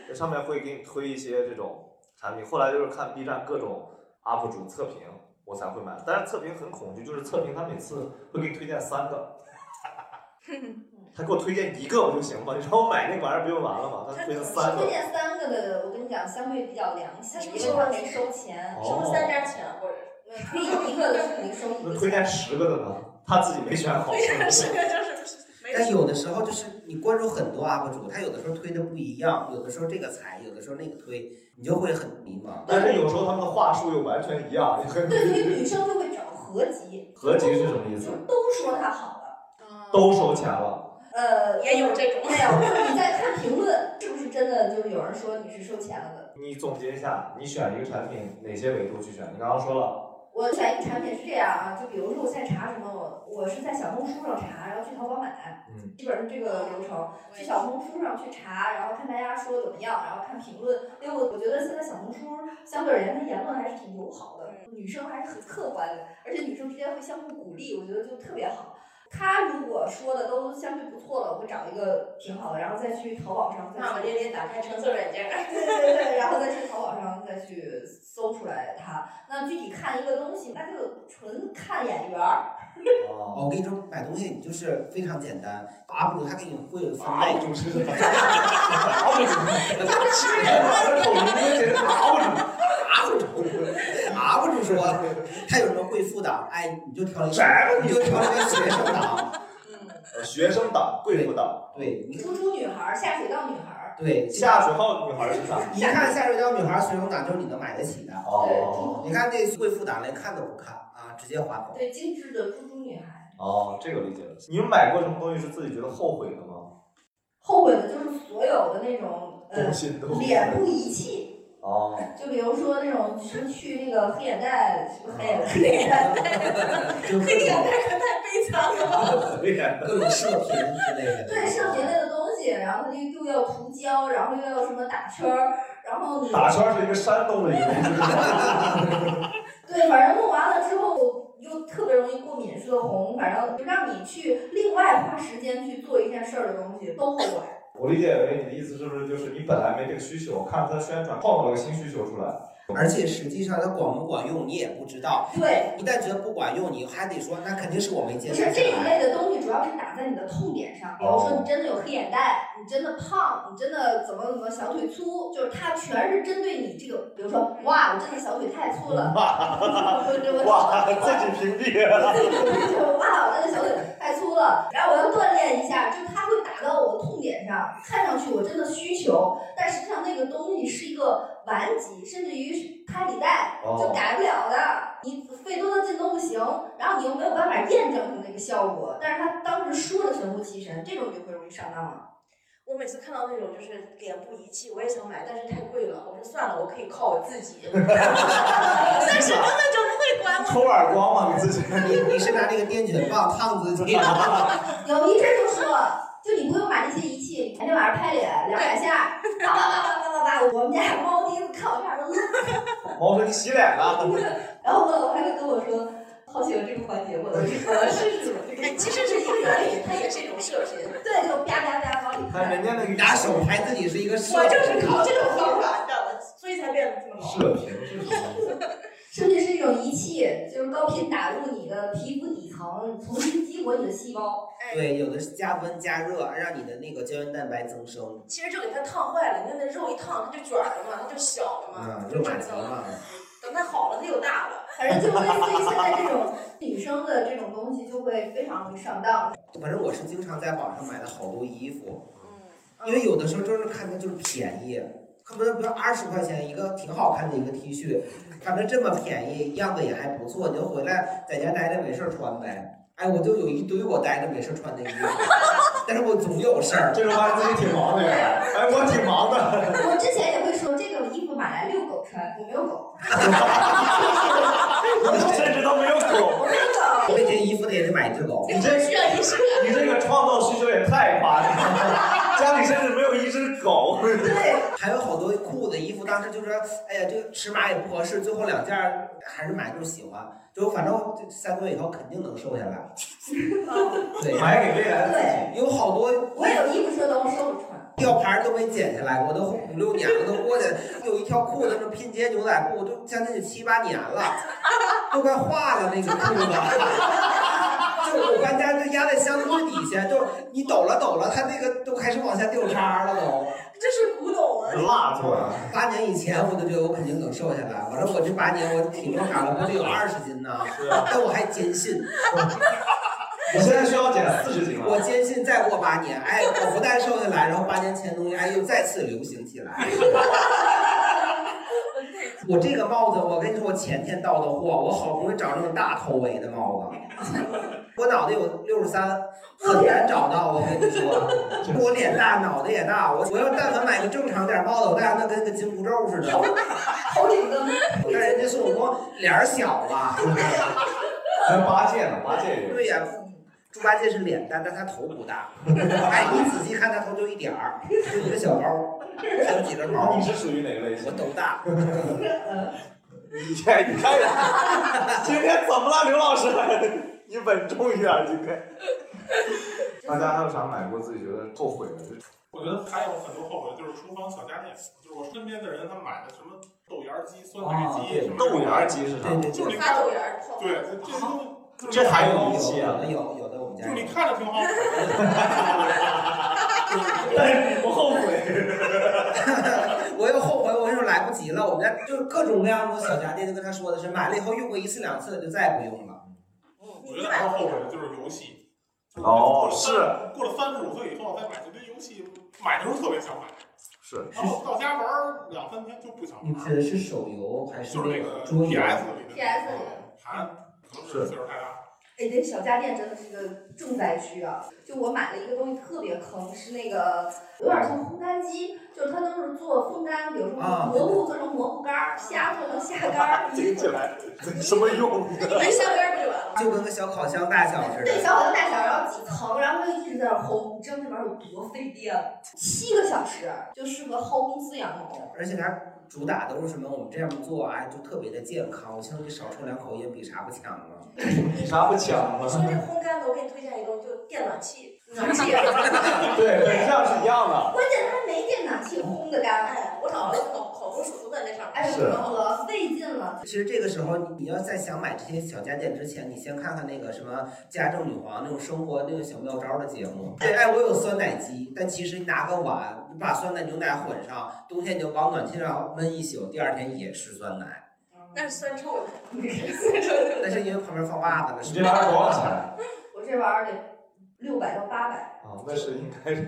B: 这上面会给你推一些这种产品。后来就是看 B 站各种 UP 主测评，我才会买。但是测评很恐惧，就是测评他每次会给你推荐三个，他给我推荐一个不就行吗？你让我买那玩意儿不就完了吗？他推荐三
G: 推
B: 个，
G: 荐三个的，我跟你讲，相对比较良心，
C: 他是不是
G: 因为他没收
B: 哦
G: 钱。
D: 哦
C: 是不是三家钱或者
G: 推一个的是肯定收一
B: 那
G: 个钱。
B: 推荐十个的呢？他自己没选好。
C: 是个就是没
D: 但有的时候就是你关注很多 UP 主，他有的时候推的不一样，有的时候这个踩，有的时候那个推，你就会很迷茫。
B: 但是有时候他们的话术又完全一样，你很
G: 对，所以女生就嗯会找合集，
B: 合集是什么意
G: 就
B: 思？
G: 都说他好了。
B: 都收钱了，
G: 呃，
C: 也有这种
G: 没有，就是你在看评论，是不是真的就是有人说你是收钱了的？
B: 你总结一下，你选一个产品哪些维度去选？你刚刚说了，
G: 我选一个产品是这样啊，就比如说我现在查什么，我我是在小红书上查，然后去淘宝买，
B: 嗯
G: 基本上这个流程。去小红书上去查，然后看大家说怎么样，然后看评论。因为我我觉得现在小红书相对而言，它言论还是挺友好的，女生还是很客观的，而且女生之间会相互鼓励，我觉得就特别好。他如果说的都相对不错了，我找一个挺好的，然后再去淘宝上再
C: 骂骂
G: 去
C: 咧咧打开橙色软件。
G: 对对对，然后再去淘宝上再去搜出来它。那具体看一个东西，那就纯看眼缘儿。
D: 哦，我跟你说，买东西你就是非常简单，UP 主他给你会有分类，
B: 主是啥？主，他口音简直
D: UP 主，UP 主 说他有什么贵妇党，哎，你就挑一个，你就挑一个学生 党，
B: 呃学生党、贵妇党、
D: 对，你
G: 猪猪女孩儿、下水道女孩儿，
D: 对，
B: 下水道女孩是啥？
D: 一看下水道女孩学生党就是你能买得起的，
B: 哦，
D: 你看这贵妇党连看都不看啊，直接划走。
G: 对精致的猪猪女孩。
B: 哦，这个理解了。你们买过什么东西是自己觉得后悔的吗？
G: 后悔的就是所有的那种呃
B: 东心都
G: 脸部仪器，
B: 哦，
G: 就比如说那种什么去那个黑眼袋，什么黑
B: 哦
G: 眼黑眼袋， 黑眼袋可太悲惨了。
D: 各种射频之类的。
G: 对射频类的东西，然后它就又要涂胶，然后又要什么打圈儿，然后你
B: 打圈是一个山东的一个东西。
G: 对，反正弄完了之后又特别容易过敏，说红，反正就让你去另外花时间去做一件事儿的东西都后悔。
B: 我理解为你的意思是不是就是你本来没这个需求，看了他宣传，创造了个新需求出来。
D: 而且实际上它管不管用你也不知道，
G: 对，
D: 一旦觉得不管用，你还得说那肯定是我没接
G: 不
D: 触
G: 是
D: 过。
G: 这一类的东西，主要是打在你的痛点上，比如
B: 哦
G: 说你真的有黑眼袋，你真的胖，你真的怎么怎么小腿粗，就是它全是针对你这个，比如说哇，我真的小腿太粗了，
B: 哇
G: 我我
B: 哇，自己屏
G: 就是
B: 蔽。
G: 哇，我这个小腿太粗了，然后我要锻炼一下，就它会打到我的痛点上，看上去我真的需求，但实际上那个东西是一个顽疾，甚至于是卡里带，
B: 哦
G: 就改不了的，你费多大劲都不行，然后你又没有办法验证它那个效果，但是他当时说的神乎其神，这种就会容易上当了。
C: 我每次看到那种就是脸部仪器，我也想买，但是太贵了。我说算了，我可以靠我自 己。 但是根本就不会管我。
B: 抽耳光嘛，你自己。
D: 你你是拿那个电卷棒烫自己？
G: 有医生就说，就你不用买那些仪器，每天晚上拍脸两百下，叭叭叭叭叭叭叭，我们家猫第一次看我这样都乐
B: 猫说你洗脸了。
G: 然后我老公还会跟我说，好喜欢这个环节，我都是 我是什么？
C: 其实是一个原理，它也是一种射频。
G: 对，就啪啪啪往里
B: 看人家那个
D: 拿手拍自己是一个射
C: 我就是靠这种方 法，你知道吗？所以才变得这么老。
B: 射频 是什么？
G: 甚至是一种仪器，就是高频打入你的皮肤底层，重新激活你的细胞。
D: 对，有的是加温加热，让你的那个胶原蛋白增生。
C: 其实就给它烫坏了，你看那肉一烫，它就卷了嘛，它就小了嘛，
D: 嗯，
C: 它就
D: 就马
C: 长
D: 蹄
C: 焦了。
D: 嘛。
C: 等它好了，它又大了。
G: 反正就类似于现在这种女生的这种东西，就会非常容易上当。
D: 反正我是经常在网上买的好多衣服，
B: 嗯
D: 因为有的时候真是看它就是便宜，恨不得比如二十块钱一个挺好看的一个 T 恤，
B: 嗯
D: 反正这么便宜，样子也还不错，你就回来在家待着没事儿穿呗。哎，我就有一堆我待着没事儿穿的衣服，但是我总有事儿。
B: 这种发现自己挺忙的呀，哎，我挺忙的。
G: 我之前也会说，这个衣服买来遛狗穿，我没有狗。
B: 我甚至都没有狗。
D: 为这件衣服的也得买一只狗。
B: 你 这啊
C: 个
B: 你这个创造需求也太夸张了，家里甚至没有一只狗。
D: 对，还有好多裤子、衣服，当时就说，哎呀，这个尺码也不合适，最后两件儿还是买，就是喜欢，就反正这三个月以后肯定能瘦下来。对，
B: 买给未来的自
D: 有好多
G: 哦我有衣服说的，我收不穿。
D: 吊牌都没剪下来，我都五六年了，都过去了。有一条裤子是拼接牛仔裤，都将近七八年了，都快化了那个裤子。就我搬家就压在箱子最底下，就你抖了抖了，它那个都开始往下掉渣了都。
C: 这是古董啊！
B: 蜡做的。
D: 八年以前，我都觉得我肯定能瘦下来。完了，我这八年我体重长了不得有二十斤呢？
B: 是啊
D: 但我还坚信，
B: 我现在需要减四十斤了。
D: 我坚信再过八年，哎，我不但瘦下来，然后八年前的东西，哎，又再次流行起来。我这个帽子，我跟你说，我前天到的货，我好不容易找那种大头围的帽子，我脑袋有六十三，很难找到。我跟 你说，我脸大，脑袋也大，我我要但凡买个正常点儿帽子，我戴上那跟个金箍咒似的。
G: 头顶灯，
D: 但人家孙悟空脸儿小吧？
B: 还有八戒呢，八戒也有。
D: 对呀、猪八戒是脸大，但他头不大。哎，你仔细看他头就一点儿，就一个小包，还有几根毛
B: 你。是属于哪个类型
D: 我？都大，
B: 你看，你看， 今天 怎么了，刘老师？你稳重一点，今天。大家还有啥买过自己觉得后悔的？
J: 我觉得还有很多后悔，就是厨房小家电，就是我身边的人他买的什么豆芽儿机、酸奶机什么
B: 啊豆芽儿机是啥？
D: 对对
J: 就是
D: 对，
J: 你
C: 发
J: 看，
C: 豆芽泡。
J: 对，这这都
B: 这还有仪器啊
D: 有的有，有的我们家
J: 就你
D: 有。
J: 看着挺好使，
B: 但是你不后悔。
D: 我又后悔，我又来不及了。我们家就是各种各样的小家电，就跟他说的是买了以后用过一次两次就再也不用了。
C: 嗯，
J: 我觉得还有后悔的就是游戏。就是
B: 哦
J: 过了三十五岁以后再买这堆游戏，买的时候特别想买，
B: 是
J: 然后到家玩儿两三天就不想
D: 你
J: 玩
D: 指
J: 儿，
D: 的是手游还是
J: 就是那
D: 那
J: 个
D: 桌
J: PS
D: 游？
J: 里的
G: PS 里
J: 还可能是岁数太大，
G: 哎，这小家电真的是个重灾区啊！就我买了一个东西特别坑，是那个有点像烘干机，就是它都是做风干，比如说
B: 啊
G: 蘑菇做成蘑菇干儿，虾做成虾干 儿，
B: 听起来没什么用。
G: 没香干儿不就完了？
D: 就跟个小烤箱大小似的。
G: 对，小火大小，然后几层，然后就一直在那儿烘，你知道那玩意儿有多费电？七个小时就适合薅公司羊毛。
D: 而且它主打都是什么？我们这样做，哎，就特别的健康。我相信少抽两口烟比啥不强 啊？比
B: 啥不强啊
C: 说这烘干的，我给你推荐一个，就电暖气，暖气。
B: 对，本质上是一样的。
G: 关键它没电暖气烘的干，哎，
C: 我找了个口口红手都在那上面。
G: 哎呦，
D: 是
G: 可费劲了。
D: 其实这个时候，你你要在想买这些小家电之前，你先看看那个什么家政女皇那种生活那种小妙招的节目。对，哎，我有酸奶机，但其实你拿个碗，你把酸奶牛奶混上，冬天你就往暖气上焖一宿，第二天也是酸奶。
C: 那是酸臭的。
D: 但是因为旁边放袜子了，是吧
B: 你这玩意儿多少啊钱？
G: 我这玩意儿得六百到八百，
B: 啊，那是应该是。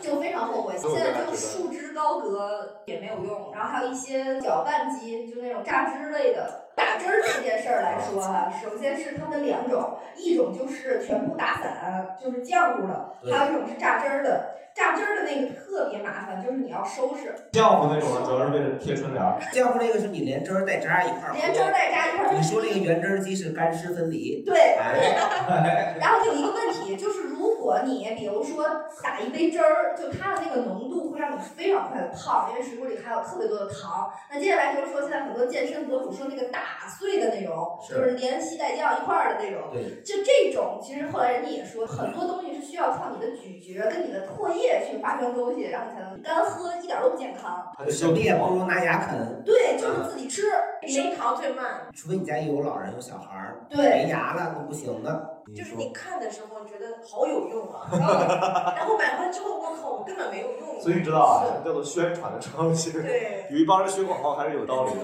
G: 就非常后悔。现在就树枝高阁也没有用，然后还有一些搅拌机，就那种榨汁类的。打汁儿这件事儿
D: 啊
G: 来说哈、首先是它分两种，一种就是全部打散，就是浆糊的；
B: 对
G: 还有一种是榨汁儿的。榨汁儿的那个特别麻烦，就是你要收拾，
B: 浆糊那种的，主要是为了贴春联儿。
D: 浆糊那个是你连汁儿带渣一块儿，
G: 连汁儿带渣一块儿
D: 你说那个原汁儿机是干湿分离，
G: 对
D: 哎，
G: 然后有一个问题就是，如果你比如说打一杯汁儿，就它的那个浓度会让你非常快的胖，因为水果里含有特别多的糖。那接下来就是说，现在很多健身博主说那个打碎的那种，
D: 是
G: 就是连吸带酱一块儿的那种。
D: 对
G: 就这种，其实后来人家也说，很多东西是需要靠你的咀嚼跟你的唾液去发生东西，然后你才能干喝，一点都不健康。
D: 手臂也不如拿牙啃。
G: 对，就是自己吃，
C: 升糖最慢。
D: 除非你家有老人有小孩儿，
G: 对
D: 没牙了那不行的。
C: 就是你看的时候，你觉得好有用啊，然后然后买回来之后，我靠，我根本没有用。
B: 所以你知道啊，什么叫做宣传的创新？
C: 对，
B: 有一帮人学广告还是有道理的。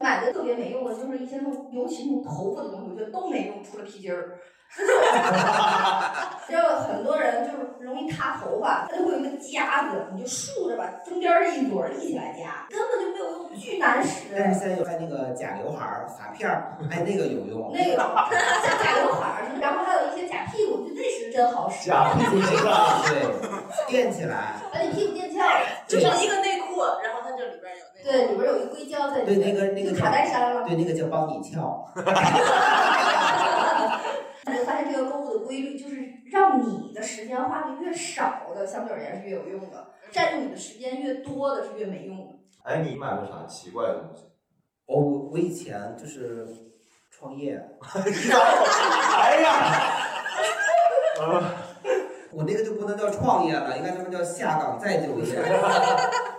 G: 买的特别没用的，就是一些那种，尤其那种头发的东西，我觉得都没用，除了皮筋儿。 知道很多人就是容易塌头发，它就会有一个夹子，你就竖着吧，中间儿一撮儿立起来夹，根本就没有用，巨难使。
D: 但是现在有在那个假刘海儿、发片儿，哎，那个有用。
G: 那个 像假刘海儿，然后还有一些假屁股，就那是真好使。
D: 假屁股是吧？对，垫起来。
G: 把你屁股垫翘，
D: 就像一
G: 个内裤，然后它这里边有那对，里边有一硅胶在里
D: 对，
G: 面，
D: 那个那个
G: 就
D: 叫
G: 卡戴珊了。
D: 对，那个叫帮你翘。
G: 你就发现这个购物的规律就是让你的时间花的越少的，相对而言是越有用的；
C: 嗯
G: 占用你的时间越多的是越没用的。
B: 哎，你买过啥奇怪的东西？
D: 我哦我我以前就是 创业。
B: 哎呀，
D: 我那个就不能叫创业了，应该他们叫下岗再就业。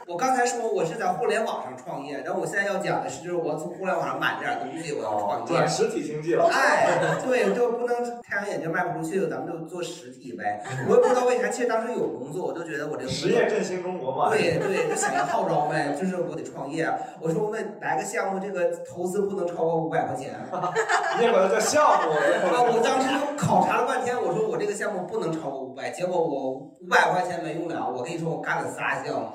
D: 我刚才说我是在互联网上创业，然后我现在要讲的是，就是我从互联网上买了点东西，我
B: 哦
D: 要创业。
B: 转实体经济了。
D: 哎， 对，就不能太阳眼镜卖不出去，咱们就做实 体呗。我也不知道为啥，其实当时有工作，我就觉得我这个工作
B: 实业振兴中国嘛。
D: 对对，就想要号召呗， 就是我得创业。我说那来个项目，这个投资不能超过五百块钱。
B: 你也管它叫项 目
D: 啊，我当时就考察了半天，我说我这个项目不能超过五百，结果我五百块钱没用了。我跟你说，我干了仨项目。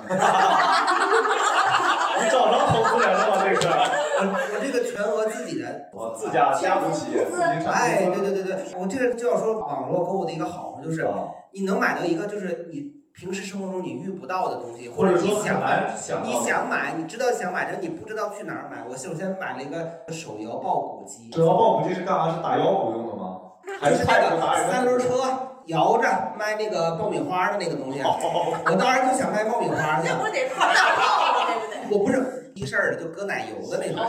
B: 你找着投资人了吗？这个，
D: 我这个全额自己人，
B: 我自家家族企业自己产公司
D: 哎，对对对对，我这个就要说网络购物的一个好处就是，你能买到一个就是你。平时生活中你遇不到的东西，
B: 或者
D: 者
B: 说
D: 你想
B: 很难想到的
D: 你想买，你知道想买，但你不知道去哪儿买。我首先买了一个手摇爆谷机，
B: 主要爆谷机是干嘛？是打腰鼓用的吗？还
D: 就是是
B: 太
D: 那
B: 鼓打人
D: 个
B: 的？
D: 三轮车摇着卖那个爆米花的那个东西，我当时就想卖爆米花去。
C: 我得放大炮，对不对？
D: 我不是一事儿的，就搁奶油的那种，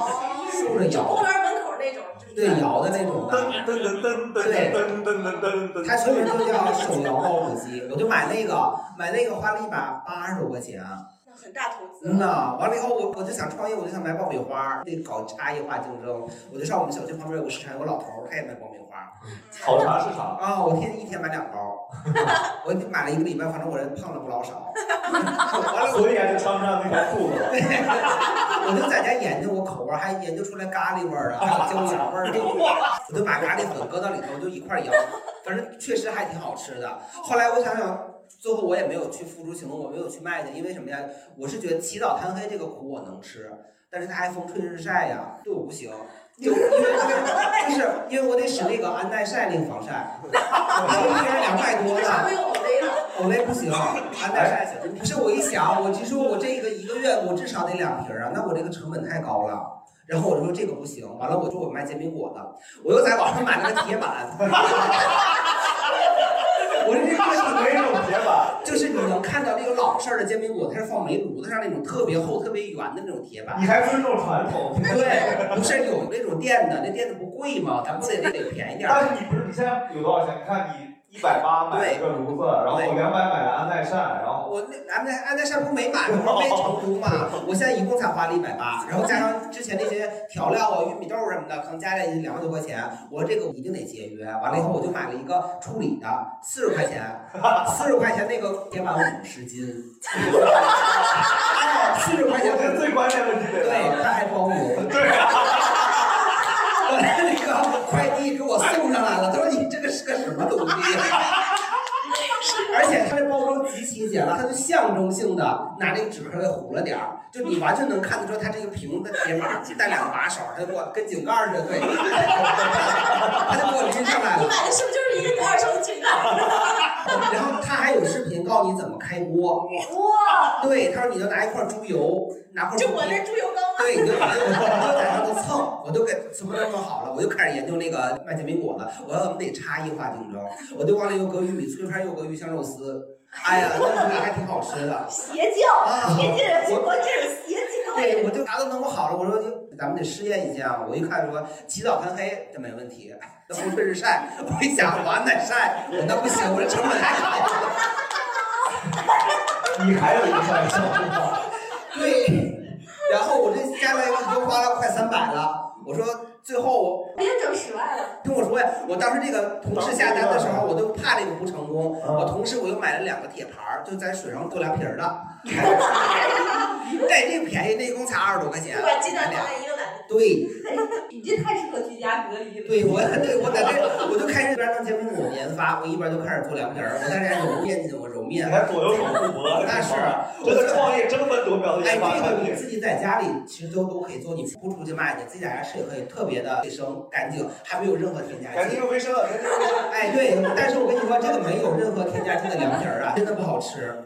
D: 竖着
C: 就
D: 摇
C: 公，园门口那种，哦就是
D: 对，摇的那种的。
B: 噔噔噔
D: 对，
B: 噔噔噔噔噔
D: 它所以就叫手摇爆谷机，我就买那个，买那个花了一百八十多块钱。
C: 很大投资。啊
D: 嗯呐，完了以后我我就想创业，我就想买爆米花，得搞差异化竞争。我就上我们小区旁边有个市场，有个老头儿，他也卖爆米花。
C: 嗯
B: 考察市场
D: 啊，我天天一天买两包， 我买了一个礼拜，反正我人胖了不老少。完了，
B: 所以还是穿不上那条裤子。
D: 我就在家研究我口味儿，还研究出来咖喱味儿啊，还有椒盐味儿的。我就把咖喱粉搁到里头，就一块儿摇，反正确实还挺好吃的。后来我想想。最后我也没有去付诸行动，我没有去卖去，因为什么呀？ 我是觉得起早贪黑这个苦我能吃，但是它还风吹日晒呀，对我不行。就是因为我得使那个安耐晒那个 防晒，一天两百多呢。
C: 常用欧蕾了。
D: 我哦那不行，安耐晒行。不是我一想，我其实我这个一个月我至少得两瓶啊，那我这个成本太高了。然后我说这个不行，完了我说我卖煎饼果子，我又在网上买了个铁板。 我这个是哪种铁板？就是你能看到那种老式儿的煎饼果，它是放煤炉子上那种特别厚、特别圆的那种铁板。
B: 你还尊重传统
D: 对，不是有那种店的，那店的不贵吗？咱不得得得便宜点儿。
B: 但是你不是你现在有多少钱？你看你一百八买了个炉子，然后两百买了安耐晒，然后
D: 我那安耐安耐晒不没买吗？不是没成功嘛？我现在一共才花了一百八，然后加上之前那些调料啊、玉米豆什么的，可能加起来也就两百多块钱。我这个一定得节约。完了以后，我就买了一个处理的，四十块钱，四十块钱那个铁板五十斤， 哎四十块钱
B: 这最关键问题
D: 对，它还包邮。对。我那个快递给我送上来了，他说你这个是个什么东西？ 而且它这包装极其简单，它就象征性的拿那个纸壳给糊了点儿，就你完全能看得出它这个瓶子铁码带两个把手，它给我跟井盖儿似的，对， 它就给我拎上来了。
C: 你买的是不是就是一个二手的井盖？
D: 然后他还有视频告诉你怎么开锅。
C: 哇！
D: 对，他说你就拿一块猪油，拿块
C: 就我那猪油膏吗
D: 对，你就我就在那都蹭，我都给什么都弄好了，我就开始研究那个卖煎饼果子，我要怎么得差异化竞争，我就往里又搁玉米脆片，又搁鱼香肉丝。哎呀，那个还挺好吃的。啊
C: 邪 教，天津人，
D: 我
C: 啊我这是邪教。
D: 对，我就啥都弄不好了，我说就咱们得试验一下。啊我一看说起早贪黑这没问题， 那风吹日晒，我一想完再晒，我那不行，我这成本太高了。
B: 你还有一块钱。
D: 对，然后我这加起来一共花了快三百了，我说最后我
G: 别哎整十万了。
D: 听我说呀，我当时这个同事下单的时候，我都怕这个嗯不成功。我同事我又买了两个铁盘儿，就在水上做凉 皮儿的，这这便宜，那一共才二十多块钱。
C: 对吧？鸡蛋放在一个篮子。
D: 对，
G: 你这太适合居家隔离了。
D: 对我对我在这 我就开始一边弄煎饼果子研发，我一边就开始做凉皮儿，我在这揉面筋，我揉面。
B: 你还左右手互搏，
D: 那是
B: 这个创业争分夺秒的
D: 哎，
B: 研发
D: 这
B: 产
D: 个你
B: 品。
D: 自己在家里其实都都可以做，你不出去卖，你自己在家吃也可以，特别的卫生干净，还没有任何添加剂。
B: 赶紧又卫生了，赶紧又卫生了。
D: 哎，对，但是我跟你说，这个没有任何添加剂的凉皮儿啊，真的不好吃。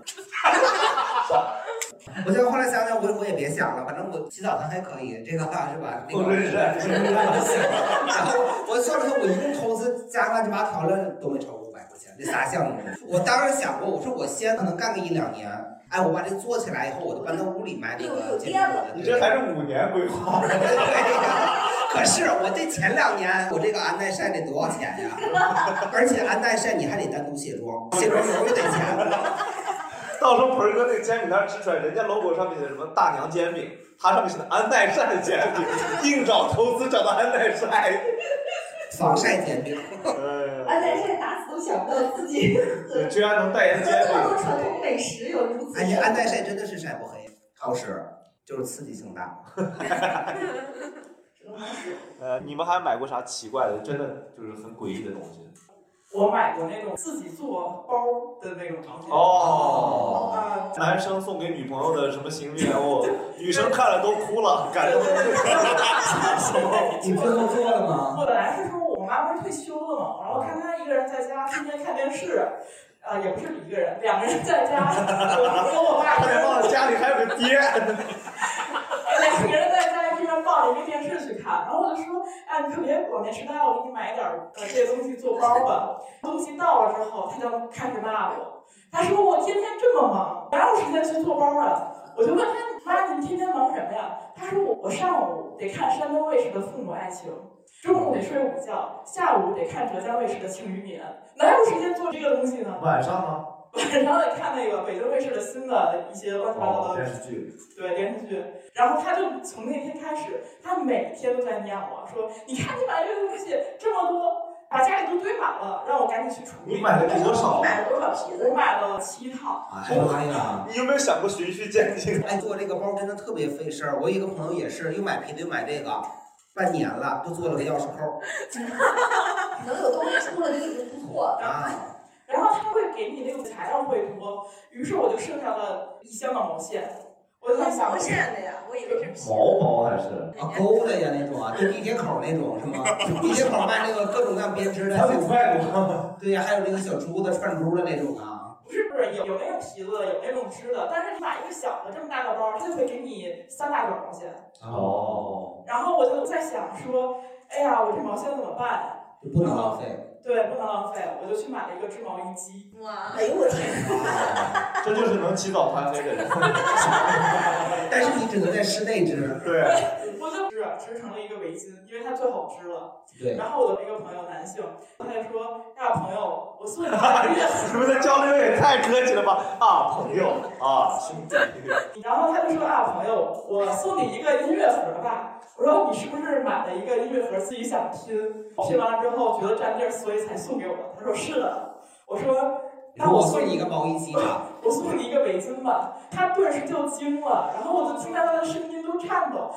D: 我就后来想想，我我也别想了，反正我洗澡堂还可以，这个啊是吧？那个
B: 我认识
D: 然后我算了算，我一共投资加乱七八糟调料都没超过五百块钱，这仨项目。我当时想过，我说我先可能干个一两年，哎，我把这做起来以后，我就搬到屋里卖这个煎饼果子。
B: 你这还是五年规 划，
D: 可是我这前两年，我这个安耐晒得多少钱呀？而且安耐晒你还得单独卸妆，卸妆油又得钱。
B: 到时候盆儿哥那个煎饼摊吃出来，人家 logo 上面写的什么大娘煎饼，他上面写的安耐晒煎饼，硬找投资找到安耐晒。
D: 防晒煎饼，
G: 安
B: 哎
G: 在这打死都想不到自己
B: 呀，居然能代言煎
G: 中国
B: 饼，
G: 传 统美食有如此
D: 而且哎安耐晒真的是晒不黑，好使，就是刺激性大。
B: 呃，你们还买过啥奇怪的，真的就是很诡异的东西？
E: 我买过那种自己做包的那种东西。
B: 哦
E: 啊，
B: 男生送给女朋友的什么行李礼物，女生看了都哭了，感动。
D: 你最后做了吗？
E: 我本来是说我妈不是退休了嘛，然后看她一个人在家天天看电视， 啊、也不是一个人，两个人在家，我跟我爸一
B: 差
E: 个
B: 点
E: 人
B: 忘了家里还有个爹。
E: 两个人在家一边抱着一个电视去看，然后我就说，哎，你可别老年痴呆，我给你买点儿呃这些东西做包吧。东西到了之后，他就开始骂我，他说我天天这么忙，哪有时间去做包啊？我就问他，妈，你天天忙什么呀？他说我我上午得看山东卫视的《父母爱情》。中午得睡午觉，下午得看浙江卫视的《庆余年》，哪有时间做这个东西呢？
B: 晚上呢？
E: 晚上得看那个北京卫视的新的一些乱七八糟的
B: 哦电视剧。
E: 对电视剧，然后他就从那天开始，他每天都在念我说：“你看你买这个东西这么多，把家里都堆满了，让我赶紧去处理。”
B: 你买了多少
C: 你买了多少皮
E: 我
C: 子？
E: 买了七套，
D: 哎
C: 啊
D: 呀，
B: 你有没有想过循序渐进？
D: 哎，做这个包真的特别费事儿。我有一个朋友也是，又买皮的又买这个，半年了，就做了个钥匙扣
G: 能有东西出了就已经不错了。
D: 啊。
E: 然后他会给你那个材料会多，于是我就剩下了一箱的毛线。我就在
C: 毛
E: 想，
C: 线的呀，我以为是
B: 毛包还是
D: 啊，勾的呀那种啊，就地铁口那种是吗？ 地铁口卖那个各种各样编织的，
B: 还有外
D: 国，对呀，还有那个小猪的串珠的那种啊。
E: 不是不是，有有那种皮子的，有那种织的，但是你买一个小的这么大个包，它就会给你三大卷毛线。
D: 哦，
E: 然后我就在想说，哎呀，我这毛线怎么办呀？
D: 不能浪费。
E: 对，不能浪费，我就去买了一个织毛衣机。
C: 哇！
E: 哎呦我天！
B: 这就是能起早贪黑的人。
D: 但是你只能在室内织。
B: 对，
E: 我就织织成了一个围巾，因为它最好织了。
D: 对
E: 然后我的那个朋友男性，他就说：“呀，朋友，我送你一
B: 你们的交流也太客气了吧？啊，朋友啊，兄弟，
E: 然后他就说啊，朋友，我送你一个音乐盒吧。我说你是不是买了一个音乐盒自己想拼？拼完了之后觉得占地儿，所以才送给我的？他说是的。我说那
D: 我
E: 送
D: 送你一个毛衣机吧。
E: 我送你一个围巾吧。他顿时就惊了，然后我就听到他的声音都颤抖。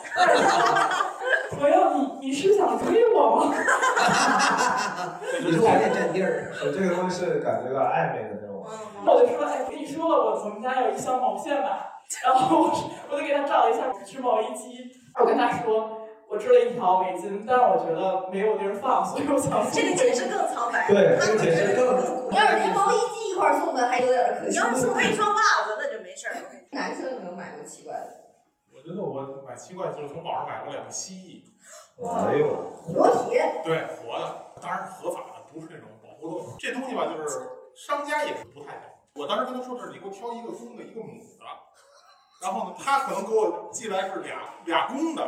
E: 朋友，你你是想追我吗？
D: 你说我也占地儿。
B: 我啊这个东西是感觉有点暧昧的那种。
E: 我就说，哎，跟你说了，我我们家有一箱毛线吧。然后我我就给他照了一下织毛衣机，我跟他说，我织了一条围巾，但是我觉得没有地儿放，所以我想
C: 这个解释更苍白。
B: 对
C: 他
B: 这个解释更
G: 要是连毛衣机一块儿送的，还有点儿可
C: 嗯你
G: 惜。
C: 要是送他一双袜子，那就没事儿。
G: 男生有没有买过奇怪的？
J: 我觉得我买奇怪就是从网上买过两个蜥蜴，
B: 哎呦，
G: 活体
J: 对，活的，当然是合法的，不是那种保护动物。这东西吧，就是商家也是不太懂。我当时跟他说的是，你给我挑一个公的，一个母的。然后呢，他可能给我寄来是俩俩公的，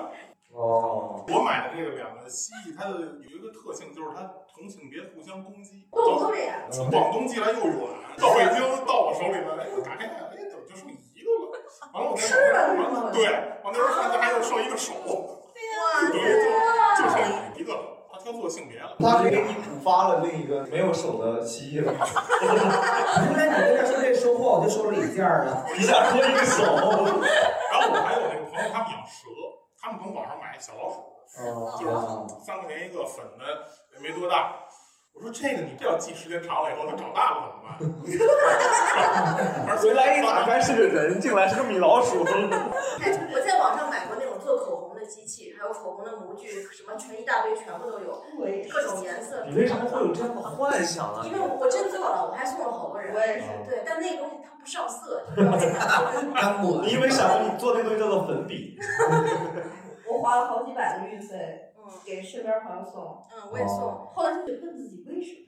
B: 哦，
J: 我买的这个两个蜥蜴，它的有一个特性就是它同性别互相攻击。
G: 动物都这样。
J: 从广东寄来又远，到北京到我手里了，哎，我打开看，哎，怎么就剩一个了？完了我再
G: 吃了
J: 完了，对，往那边看，它还有剩一个手，
C: 哇
J: 等于就就剩一个了，它挑错性别 了。
B: 他是给你补发了另一个没有手的蜥 蜴吧？
D: 后来你跟他说这收获，我就收了一件儿了。
B: 一下多一个手，
J: 然后我还有那个朋友，他们养蛇，他们从网上买小老鼠，
D: 哦，
J: 三块钱一个，粉的没多大。我说这个你这要记时间长了以后，它长大了怎么办？而且
B: 回来一打开是个人，进来是个米老鼠。
C: 哎，我在网上买过那种做口红的机器，还有口红的模具，什么全一大堆，全部都有，各种颜色。
B: 你为什么会有这样的幻想啊
C: 因？为我真做了，我还送了好多人。
G: 我也是
B: 哦
C: 对，但那个东西它不上色，你知道 吗？
D: 干抹。
B: 你因为想着你做那东西叫做粉笔，
G: 我花了好几百的运费
C: 嗯
G: 给身边朋友送，哦
C: 嗯，我也送，
G: 后来就得问自己为什么。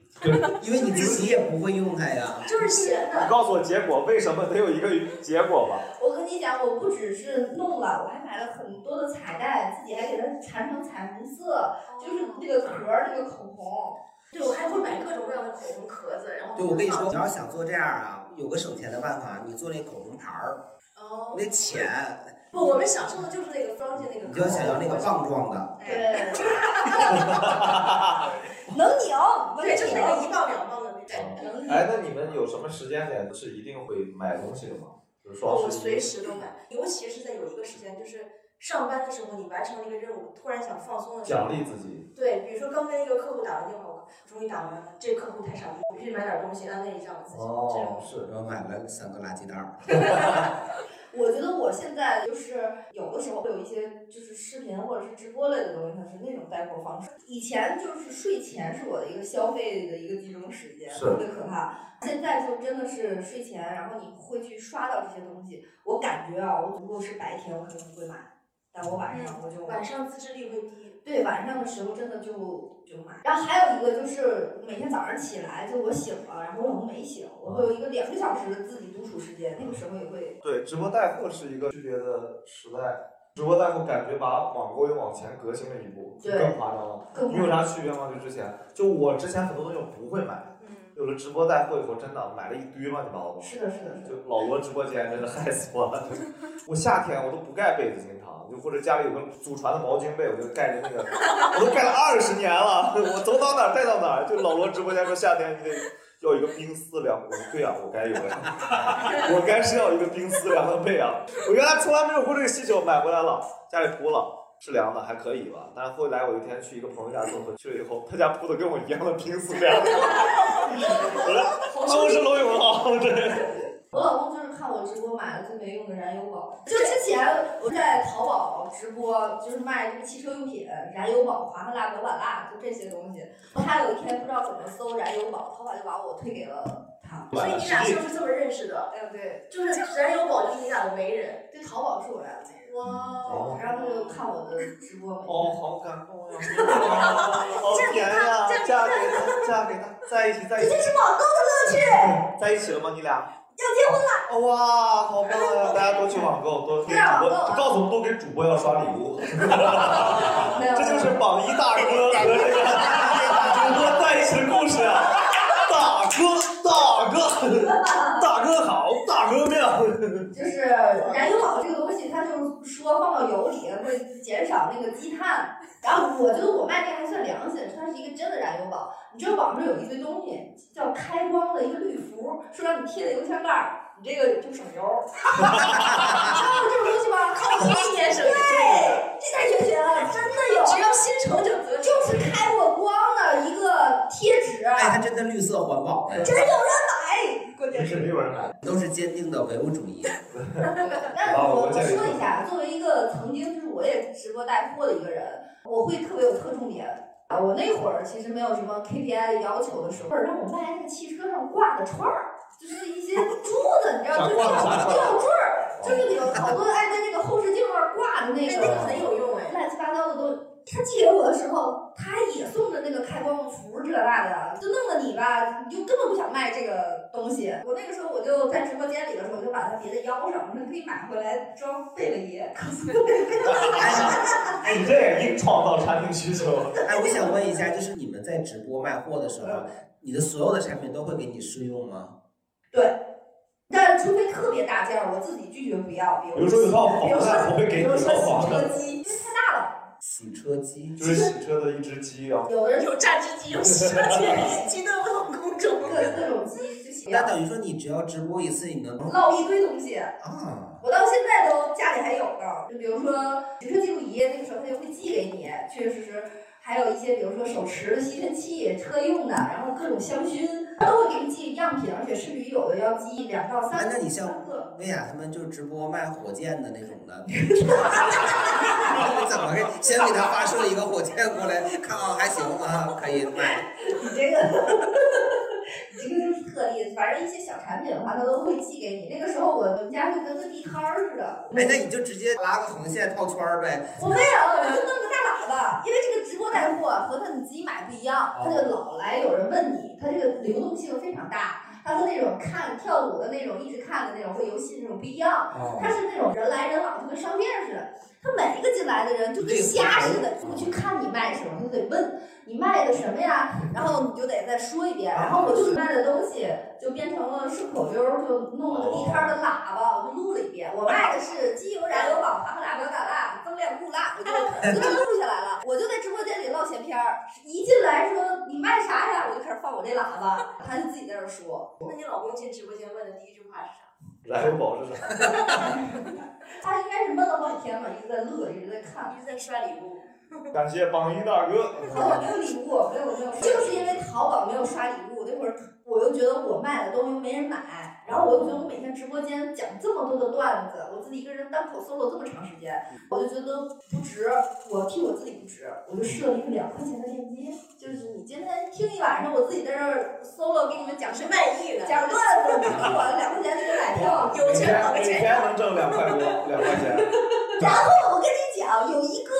D: 因为你自己也不会用它呀。
C: 就是闲
B: 你
C: 的。
B: 告诉我结果，为什么得有一个结果吧？
G: 我跟你讲，我不只是弄了，我还买了很多的彩带，自己还给它缠成彩虹色，就是那个壳儿，那个口红。
C: 哦对，我还会买各种各样的口红壳子，然后
D: 对，我跟你
G: 嗯
D: 说，你要想做这样啊，有个省钱的办法，你做那口红牌儿，
C: 哦，
D: 那钱
C: 不，我们享受的就是那个装进那个
D: 你
C: 口
D: 就
C: 红。
D: 想要那个棒状的，
C: 哎，
G: 对，能拧，能
C: 对，就是
G: 拧
C: 那个一磅两磅的那种。
G: 能拧。
B: 哎，那你们有什么时间点是一定会买东西的吗？就是双
C: 我
B: 十一。
C: 随时都买，尤其是在有一个时间，就是上班的时候，你完成了一个任务，突然想放松的时候
B: 奖，励自己。
C: 对，比如说刚跟一个客户打完电话，我终于打完了，这个客户太傻逼，我必须买点东西安慰一下我自己。这种
B: 哦，是。
D: 然后买了三个垃圾袋儿。
G: 我觉得我现在就是有的时候会有一些就是视频或者是直播类的东西，它是那种带货方式。以前就是睡前是我的一个消费的一个集中时间，
B: 是
G: 特别可怕。现在就真的是睡前，然后你会去刷到这些东西。我感觉啊，我如果是白天我可能不会买，但我晚上我就
C: 嗯晚上自制力会低，
G: 对，晚上的时候真的就就买。然后还有一个就是每天早上起来，就我醒了，然后我老公没醒，我会有一个两个小时的自己独处时间，那个时候也会。
B: 对，直播带货是一个区别的时代。直播带货感觉把网购又往前革新了一步，就
G: 对
B: 更夸张了。
G: 更
B: 你有啥区别吗？就之前，就我之前很多东西我不会买，
C: 嗯，
B: 有了直播带货以后，真的买了一堆乱七八糟的东西。
G: 是的，是的，是的。
B: 就老罗直播间真的害死我了。我夏天我都不盖被子，经常就或者家里有个祖传的毛巾被，我就盖着那个，我都盖了二十年了，我走到哪儿带到哪儿。就老罗直播间说夏天你得要一个冰丝凉，我说对啊，我该有呀， 我该是要一个冰丝凉的被啊。我原来从来没有过这个需求，买回来了，家里铺了。是凉的，还可以吧。但是后来我有一天去一个朋友家做客，去了以后，他家铺的跟我一样的冰丝凉， 我说都是罗永浩，对。
G: 我老公就是看我直播买了最没用的燃油宝。就之前我在淘宝直播，就是卖这个汽车用品，燃油宝、华克蜡、格瓦蜡，就这些东西。他有一天不知道怎么搜燃油宝，淘宝就把我推给了他。
C: 啊所以你俩是不是这么认识的？
G: 对对，
C: 就是燃油宝就是你俩的媒人，
G: 对，淘宝是我俩的媒人。哦哇！然后他就看我的直播。
B: 哦，好感动 呀！好
G: 啊
B: 甜呀！嫁给他，嫁给他，在一起，在一
G: 这
B: 起
G: 就，是网购的乐趣。
B: 在一起了吗？你俩？
G: 要结婚了，
B: 哦哇，好棒啊！大家都去网购，都给主播，告诉我们都给主播要刷礼物，这就是榜一大哥和这个主播在一起的故事啊！大哥，大哥，大哥好，大哥妙，
G: 就是燃油宝这个东西，它就是说放到油里会减少那个积碳。然后我觉得我卖这个还算良心，它是一个真的燃油宝。你知道网上有一堆东西叫开光的一个绿符，说让你贴在油箱盖儿， 你这个就省油。看过这种东西吗？
C: 靠一年省油
G: 对，这太玄学了，啊真的有。
C: 只要心诚就得。
G: 就是开过光的一个贴纸，
D: 哎，它真的绿色环保哎，
G: 真有人买。关键
B: 是 没有人买。
D: 都是坚定的唯物主义。哎
G: 但是我我说一下，作为一个曾经就是我也直播带货的一个人，我会特别有侧重点啊。我那会儿其实没有什么 KPI 的要求的时候，让我卖那个汽车上挂的串儿，就是一些珠子，你知道，就是吊坠儿，就是有好多爱在那个后视镜上挂的那个，
C: 那个很有用哎
G: 乱七八糟的都。他寄给我的时候，他也送着那个开光符这那的，就弄得你吧，你就根本不想卖这个东西。我那个时候我就在直播间里的时候，我就把它别在腰上，我说你可以买回来装贝勒爷。
B: 哎你这也硬创造产品需求。
D: 哎，我想问一下，就是你们在直播卖货的时候，你的所有的产品都会给你试用吗？
G: 对，但除非特别大件儿，我自己拒绝不要。比
B: 比如说有套房子，我会给你一套房
G: 车
B: 子，
G: 机，因为太大了。
D: 洗车机
B: 就是洗车的一只鸡啊。
G: 有的人
C: 有榨汁机，有洗车 机，鸡的不同工种。
G: 各各种机就行
D: 那，等于说你只要直播一次，你能
G: 唠一堆东西。
D: 啊？
G: 我到现在都家里还有呢，就比如说行车记录仪，那个时候它就会寄给你，确确实实，还有一些比如说手持的吸尘器、车用的，然后各种香薰，都会给你寄样品，而且甚至于有的要寄两到
D: 哎
G: 三，
D: 那你像
G: 三个。
D: 薇娅他们就是直播卖火箭的那种 的，怎么给先给他发射一个火箭过来，看啊还行啊，可以卖。
G: 你这个， 你这个就是特例，反正一些小产品的话，它都会寄给你。那个时候我们家就跟个地摊儿似的，
D: 哎，那你就直接拉个横线套圈儿呗。
G: 我没有，就弄个大喇叭，因为这个直播带货和他你自己买不一样，他就老来有人问你，他这个流动性非常大，他和那种看跳舞的那种一直看的那种会游戏那种不一样，他是那种人来人往，就跟商店似的，他每一个进来的人就跟瞎似的，我去看你卖什么，就得问你卖的什么呀，然后你就得再说一遍，然后我就是卖的东西就变成了顺口溜儿，就弄了个地摊儿的喇叭，我就录了一遍，我卖的是机油燃油宝华克达表打蜡增量固蜡，我就我就录下来了，我就在直播间里唠闲篇儿，一进来说你卖啥呀，我就开始放我这喇叭，他就自己在那儿说，
C: 那你老公进直播间问的第一句话是啥？
B: 燃油宝是啥？
G: 他应该是闷了好几天吧，一直在乐，一直在看。
C: 一直在刷礼物，
B: 感谢榜一大哥。
G: 哦，没有礼物，没有没有，就是因为淘宝没有刷礼物，那会儿我又觉得我卖的东西没人买，然后我又觉得我每天直播间讲这么多的段子，我自己一个人单口 solo 这么长时间，我就觉得不值，我替我自己不值，我就设了一个两块钱的链接，就是你今天听一晚上，我自己在这儿 solo 给你们讲什
C: 谁
G: 么。
C: 满意了？
G: 讲段子，你给我两块钱，你买票。
C: 有
B: 每
C: 钱
B: 天
C: 好个
B: 每
C: 钱。
B: 天能挣两块多，两块钱。
G: 然后我跟你讲，有一个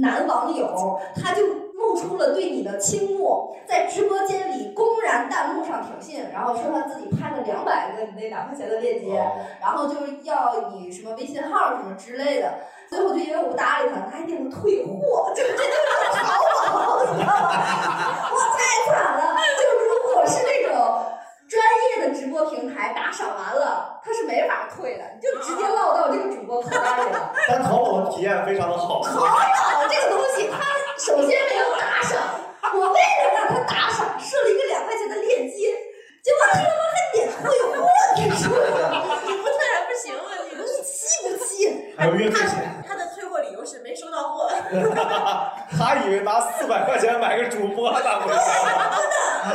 G: 男网友，他就露出了对你的倾慕，在直播间里公然弹幕上挑衅，然后说他自己拍了两百个你那两块钱的链接，然后就是要你什么微信号什么之类的。最后就因为我不搭理他，他还给我哎退货，就是 这就是淘宝，你知道吗？我太惨了！就如果是那种专业的直播平台打赏完了，他是没法退的，你就直接落到这个主播口袋里了。
B: 但淘宝的体验非常的好。
G: 淘宝 这个东西，它首先没有打赏，我为了让它打赏，设了一个两块钱的链接，结果他他妈还点退货，你说
C: 你不退还不行啊！你
G: 你气不气？
B: 还有运费
C: 他
B: 险，
C: 的他的退货理由是没收到货，
B: 他以为拿四百块钱买个主播， 大不了。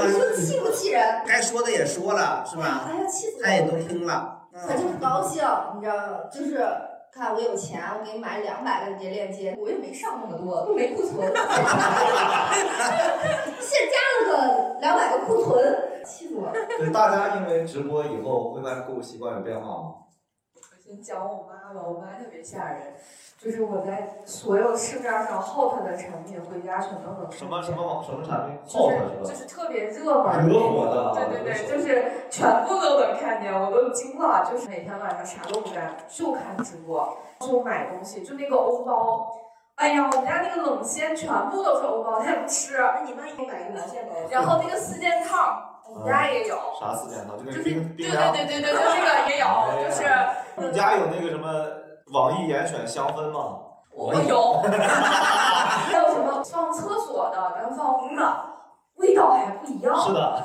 G: 你说气不气人？
D: 该说的也说了，是吧？
G: 哎呀，气死我
D: 他也
G: 了！
D: 都听了，
G: 他就是高兴，你知道吗？就是看我有钱，我给你买两百个你这链接，我也没上那么多，又没库 存，现加了个两百个库存，气死我了。
B: 对，大家因为直播以后会发现购物习惯有变化吗？
K: 先讲我妈吧，我妈特别吓人，就是我在所有市面上 hot 的产品回家全都能看见。
B: 什么什么网什么产品
K: 就
B: ？hot
K: 是
B: 是吧？
K: 就是特别热门
B: 惹火的啊
K: 对对对，就是全部都能看见，我都惊了。就是每天晚上啥都不干，就看直播，就买东西，就那个欧包。哎呀，我们家那个冷鲜全部都是欧包，她也不吃。那你妈也买个冷鲜包然后那个四件套，我们家也有。
B: 啥四件套？就那
K: 就是
B: 个冰
K: 对
B: 冰
K: 对
B: 啊箱。
K: 对对对，就那个也有，就是
B: 哎我们家有那个什么网易严选香氛吗？
K: 我 有， 还有什么放厕所的跟放屋的，味道还不一样。
B: 是的。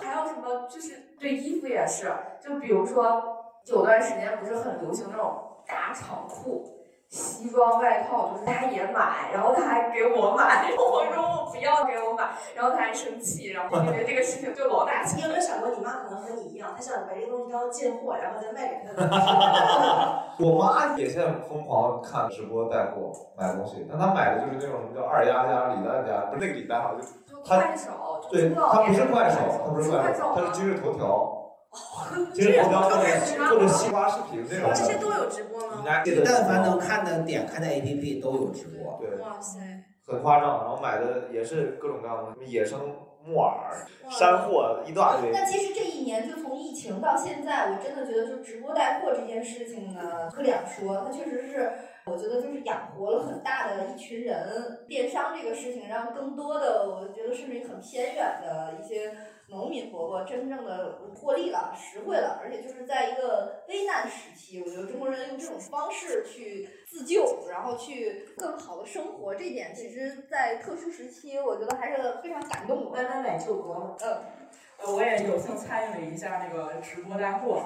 K: 还有什么就是对衣服也是，就比如说有段时间不是很流行那种大长裤、西装外套，就是他也买，然后他还给我买， 我说我不要给我买，然后他还生气，然后因为这个事情就老打
C: 你有没有想过，你妈可能和你一样，她想把这个东西当进货，然后再卖给她的？
B: 我妈也现在疯狂看直播带货买东西，但她买的就是那种什么叫二丫丫、李诞家，不是那个李诞好像就
K: 快手，就
B: 对，
K: 知道
B: 她不是
K: 别人
B: 快手，她不是快手，她是今日头条，今日头条或者或者西瓜视频那种
C: 这些
B: 的。
C: 都有直播吗？
B: 家记
D: 你
B: 得
D: 但凡能看的点开的 APP 都有直播。
B: 对，
C: 哇塞！
B: 很夸张，然后买的也是各种各样的，什么野生木耳、山货一大堆。
G: 那其实这一年，就从疫情到现在，我真的觉得，就直播带货这件事情呢，可两说。它确实是，我觉得就是养活了很大的一群人。电商这个事情，让更多的，我觉得甚至于很偏远的一些农民伯伯，真正的获利了、实惠了，而且就是在一个危难时期，我觉得中国人用这种方式去自救，然后去更好的生活，这点其实，在特殊时期，我觉得还是非常感动我。
C: 慢慢买救国。
G: 嗯。
E: 呃，我也有幸参与了一下那个直播带货，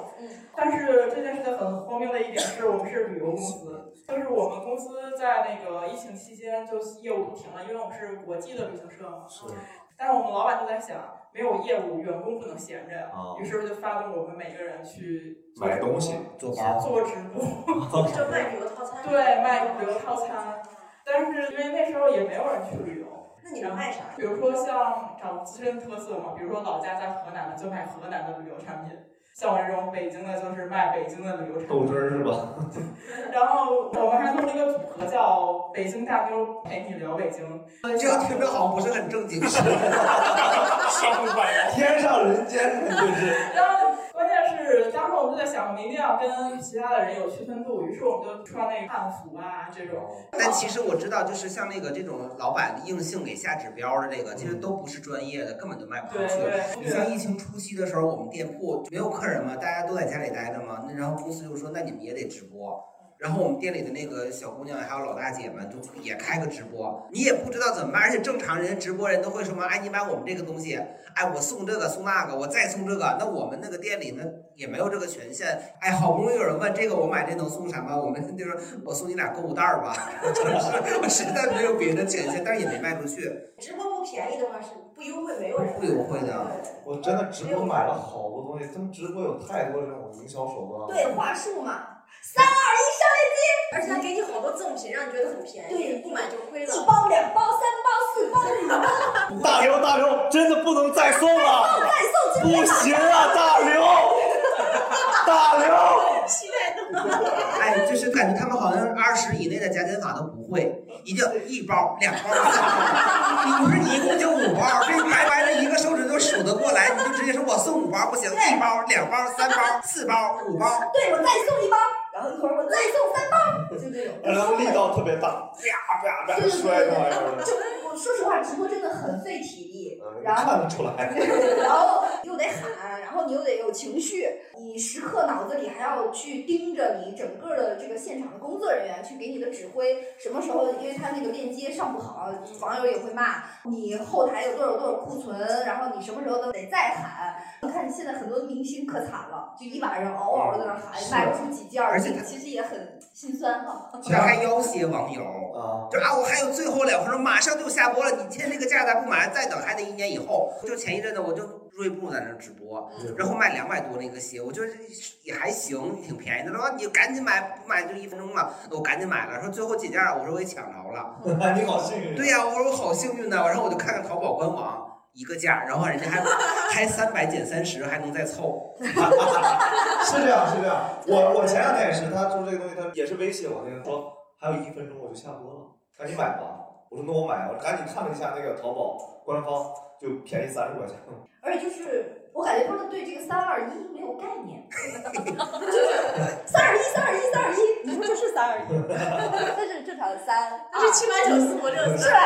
E: 但是这件事情很荒谬的一点是，我们是旅游公司，就是我们公司在那个疫情期间就业务都停了，因为我们是国际的旅行社嘛。但是我们老板就在想，没有业务，员工不能闲着，
B: 啊
E: 于是就发动我们每个人去
B: 买东西做包
E: 做直 播，
C: 就卖旅游套餐
E: 对，卖旅游套餐。但是因为那时候也没有人去旅游，
C: 那你能卖啥？
E: 比如说像找自身特色嘛，比如说老家在河南的就卖河南的旅游产品，像我这种北京的就是卖北京的旅游产
B: 豆
E: 品。
B: 汁儿是 吧？
E: 然后我们还弄了一个组合叫“北京大妞陪你聊北京”，
D: 呃这样听着好像不是很正经。
E: 商务 版
B: 天上人间就是。
E: 然后关键是当时我们就在想，我们一定要跟其他的人有区分度，于是我们就穿那个汉服啊这种。
D: 但其实我知道，就是像那个这种老板硬性给下指标的这个，其实都不是专业的，根本就卖不出去
E: 对对。
D: 你像疫情初期的时候，我们店铺没有客人嘛，大家都在家里待着嘛，那然后公司就说，那你们也得直播。然后我们店里的那个小姑娘还有老大姐们，就也开个直播，你也不知道怎么办，而且正常人直播人都会说嘛，哎，你买我们这个东西，哎，我送这个送那个，我再送这个，那我们那个店里呢也没有这个权限，哎，好不容易有人问这个我买这能送啥吗？我们就说我送你俩购物袋儿吧， 就是我实在没有别的权限，但是也没卖出去，
C: 直播不便宜的话是不优惠，没有人
D: 不优惠的。
B: 我真的直播买了好多东西，他们直播有太多这种营销手段了。
G: 对话术嘛，三二一，上链接，
C: 而且他给你好多赠品，让你觉得很便宜，
G: 对
C: 不买就亏了。
G: 一包、两包、三包、四包，再
B: 大刘，大刘，真的不能再送了，
G: 送
B: 不行啊，大刘， 大刘，
C: 期待的
D: 哎，就是感觉他们好像二十以内的加减法都不会，一定一包、两包、三 包，你不是你一共就五包，这白白的一个手指头数得过来，你就直接说我送五包不行，一包、两包、三
G: 啊
D: 包、四包、五包，
G: 对我再送一包，然后一会儿我再送三包，就这种。
B: 然后力道特别大，啪啪啪
G: 对对
B: 摔那玩意
G: 对
B: 儿嗯
G: 对，就我说实话，直播真的很费体力，然后
B: 看得出来。
G: 然后又得喊，然后你又得有情绪，你时刻脑子里还要去盯着你整个的这个现场的工作人员去给你的指挥，什么时候因为他那个链接上不好，网友也会骂你后台有多少多少库存，然后你什么时候都得再喊。你看现在很多明星可惨了，就一晚上嗷嗷在那喊，
D: 哦是
G: 卖不出几件儿，
D: 而且他
G: 其实也很心酸。
D: 他 还要挟网友啊，就啊，我还有最后两分钟，马上就下播了，你签这个价咱不马上再等，还得一年以后。就前一阵子我就锐步在那儿直播，然后卖两百多那个鞋，我觉得也还行，挺便宜的。说你赶紧买，不买就一分钟了，我赶紧买了。说最后减价，我说我也抢着 了。
B: 你好幸运。啊
D: 对呀、我说我好幸运呐、然后我就看看淘宝官网。一个价，然后人家 还还三百减三十，还能再凑。
B: 是这样，是这样。我我前两天也是，他做这个东西，他也是微信我那个说还有一分钟我就下播了，赶紧买吧。我说那我买，我赶紧看了一下那个淘宝官方，就便宜三十块钱。
G: 而且就是我感觉他们对这个三二一没有概念， 就是三二一三二一三二一，你说这是三二一，
L: 那是正常的三，
G: 那是
L: 2
G: 啊是吧？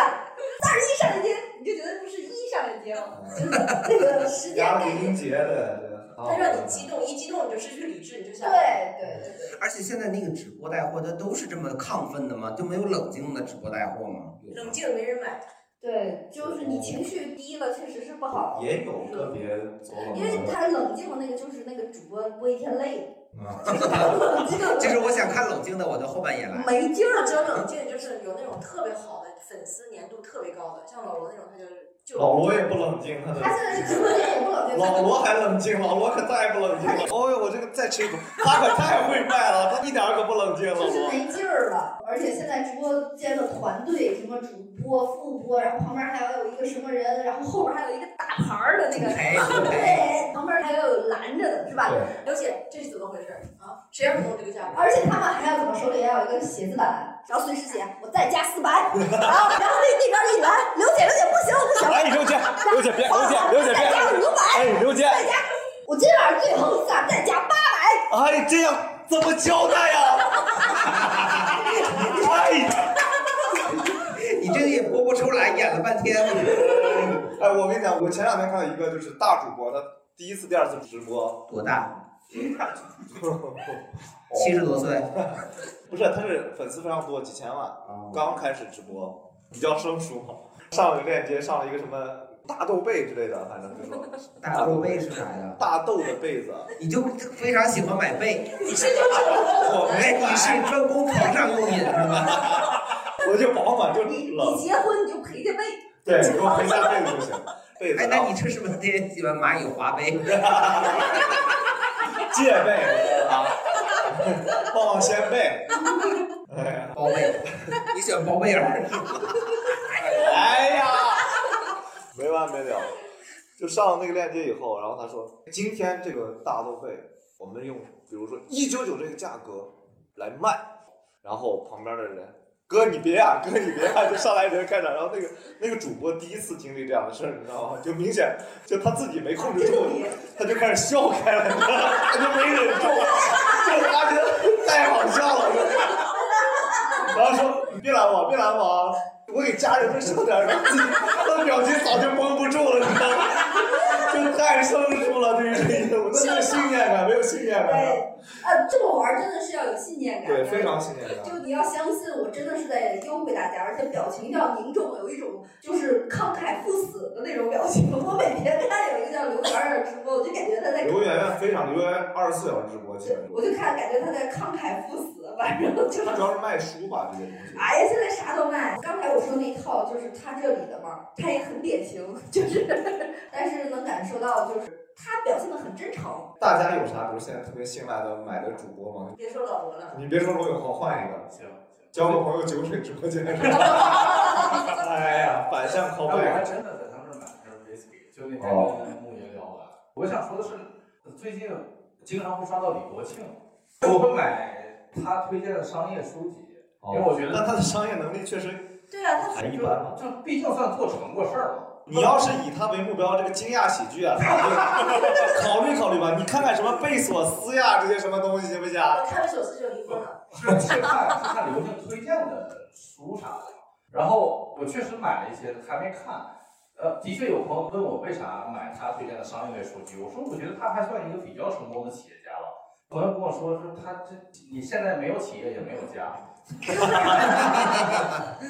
G: 三二一上来接，你就觉得不是一上来接了，就是那个时间
B: 然后
G: 概
B: 李
G: 念。
B: 英杰的这个，
C: 他让你激动，一激动你就失去理智，你就想
G: 对对对对，
D: 而且现在那个直播带货，它都是这么亢奋的吗？就没有冷静的直播带货吗？
C: 冷静没人买。
G: 对，就是你情绪低了，确实是不好。
D: 也
B: 有个别走
G: 因为他冷静的那个就是那个主播播一天累了，
B: 嗯
D: 就是我想看冷静的，我就后半夜来。
C: 没劲儿，只有冷静就是有那种特别好的粉丝粘度特别高的，像老罗那种，他就是就
B: 老罗也 不冷静，他的。
C: 他现在是直播间也不冷静
B: 老罗还冷静，老罗可再也不冷静了。哦呦，我这个再吃一口，他可太会卖了，他一点儿可不冷静了。老
G: 就是
B: 罗。
G: 没劲儿了。而且现在直播间的团队，什么主播、副播，然后旁边还要有一个什么人，然后后边还有一个大牌儿的那个，
A: 哎
G: 对，旁边还要有拦着的，是吧？
C: 刘姐，这是怎么回事儿啊？谁让你弄这个价格？
G: 而且他们还要怎么手里要有一个写字板，然后随时写我再加 四百，然后然后那那边一来，刘姐刘姐不行我不行，
A: 哎刘姐刘姐别刘姐刘姐别
G: 再加五百，
A: 哎刘姐
G: 再加，我今晚上最后一次啊再加八百，
A: 哎，这样怎么交代
B: 啊
A: 呀？哎，
D: 你这个也播不出来，演了半天。
B: 哎，我跟你讲，我前两天看到一个就是大主播，他第一次、第二次直播
D: 多 大？
B: 七
D: 十多岁。
B: 不是，他是粉丝非常多，几千万，
D: 哦
B: 刚开始直播，比较生疏嘛。上了一个链接，上了一个什么大豆被之类的，反正就说
D: 大豆被是啥呀？
B: 大豆的被子。
D: 你就非常喜欢买被，
B: 你是就是 我
D: 哎，你是专攻床上用品是吧？
B: 我就保暖就
G: 你
B: 冷，
G: 结婚你就陪着背，
B: 对，给我陪下被子就行。被子
D: 哎，那你这是不是也喜欢蚂蚁花呗？
B: 借被啊，抱抱先被，
D: 哎包被，你喜欢包贝尔？
B: 哎呀，没完没了。就上了那个链接以后，然后他说今天这个大豆被，我们用比如说一九九这个价格来卖，然后旁边的人。哥，你别啊！哥，你别啊！就上来人开始，然后那个那个主播第一次经历这样的事儿，你知道吗？就明显就他自己没控制住，他就开始笑开了，他就没忍住，就他觉得太好笑了。然后说：“你别拦我，别拦我啊！我给家人们说点儿，自己他的表情早就绷不住了，你知道吗？就太生疏了，对于这个，我都没有信念感，没有信念感了。
G: 呃，这么玩儿真的是要有信念感，
B: 对，非常信念感。
G: 就你要相信我真的是在优惠大家，而且表情要凝重，有一种就是慷慨赴死的那种表情。我每天看有一个叫刘媛儿的直播，我就感觉她在
B: 刘啊媛媛非常，刘媛媛二十四小时直播，基本上
G: 我就看感觉她在慷慨赴死，反正就是
B: 他主要是卖书吧，这些东西。
G: 哎呀，现在啥都卖。刚才我说那套就是他这里的嘛，他也很典型，就是，但是能感受到就是他表现的很真诚。
B: 大家有啥，比如现在特别信赖的买的主播吗？
C: 别说老罗了，
B: 你别说罗永浩，换一个，行，交个朋友酒水直播间。 哎呀，反向哦
M: 哎，我
B: 拷
M: 还
B: 贝。
M: 真的在他那儿买了瓶儿 whisky，就那天跟木爷聊完。我想说的是，最近经常会刷到李国庆，
B: 哦
M: 我会买他推荐的商业书籍，因为我觉得
B: 那他的商业能力确实
C: 对啊，他
B: 哦还一般吧。
M: 就毕竟算做成过事儿了。
B: 你要是以他为目标，这个惊讶喜剧 啊，考虑考虑吧。你看看什么贝索斯呀，这些什么东西行不行？ 啊
C: 我看了首次就离婚了。
M: 是去看去看刘静推荐的书啥的，然后我确实买了一些，还没看。呃，的确有朋友问我为啥买他推荐的商业类书籍，我说我觉得他还算一个比较成功的企业家了。朋友跟我说说他这你现在没有企业也没有家，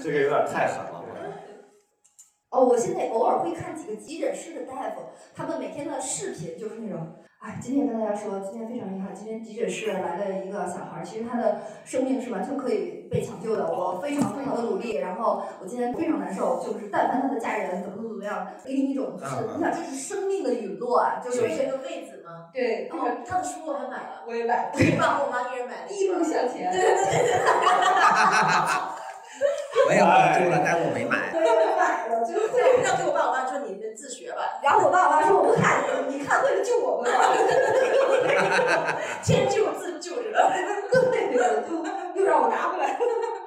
B: 这个有点太狠了。
G: 哦，我现在偶尔会看几个急诊室的大夫，他们每天的视频就是那种，哎，今天跟大家说，今天非常遗憾，今天急诊室来了一个小孩儿，其实他的生命是完全可以被抢救的，我非常非常的努力，然后我今天非常难受，就是但凡他的家人怎么怎么样，给你一种就是，你想这是生命的陨落啊，就是
C: 不是有一个位子吗？
G: 对
C: 然后他的书我还买了，
G: 我也买了
C: 我给爸和我妈一人买了一
G: 一
C: 本
G: 路向 前
C: 对对对对对。
D: 我也关注了，但是我没买。
G: 我也买了，就是会
C: 要给我爸我妈说你们自学吧，
G: 然后我爸我妈说我不看，你看会救我们吗？
C: 先救自救是吧？
G: 对对对，就又让我拿回来。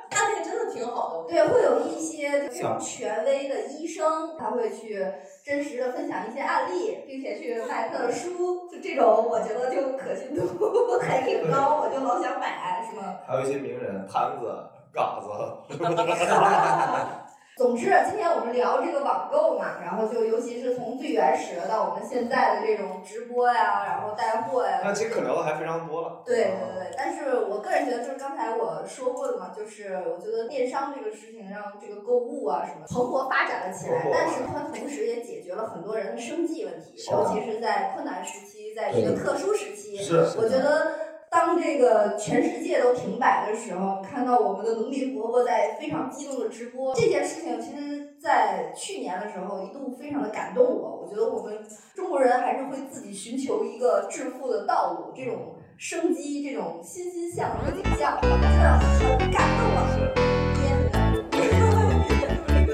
C: 他那个真的挺好的，我
G: 对，会有一些非常权威的医生，他会去真实的分享一些案例，并且去卖他的书，就这种我觉得就可信度 还挺高，我就老想买，是吗？
B: 还有一些名人，摊子、嘎子，
G: 总之，今天我们聊这个网购嘛，然后就尤其是从最原始的到我们现在的这种直播呀，然后带货呀，
B: 那其实可聊的还非常多
C: 哦
B: 了。
G: 对对对，但是我个人觉得，就是刚才我说过的嘛，就是我觉得电商这个事情让这个购物啊什么蓬勃发展了起来
C: 蓬勃，
G: 但是它同时也解决了很多人的生计问题，
C: 是的
G: 尤其是在困难时期，在这个特殊时期，
C: 是是的
G: 我觉得。当这个全世界都停摆的时候，看到我们的农民伯伯在非常激动的直播这件事情，其实，在去年的时候一度非常的感动我。我觉得我们中国人还是会自己寻求一个致富的道路，这种生机，这种欣欣向荣的景象，真的很感动啊！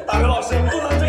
B: 大刘老师不能这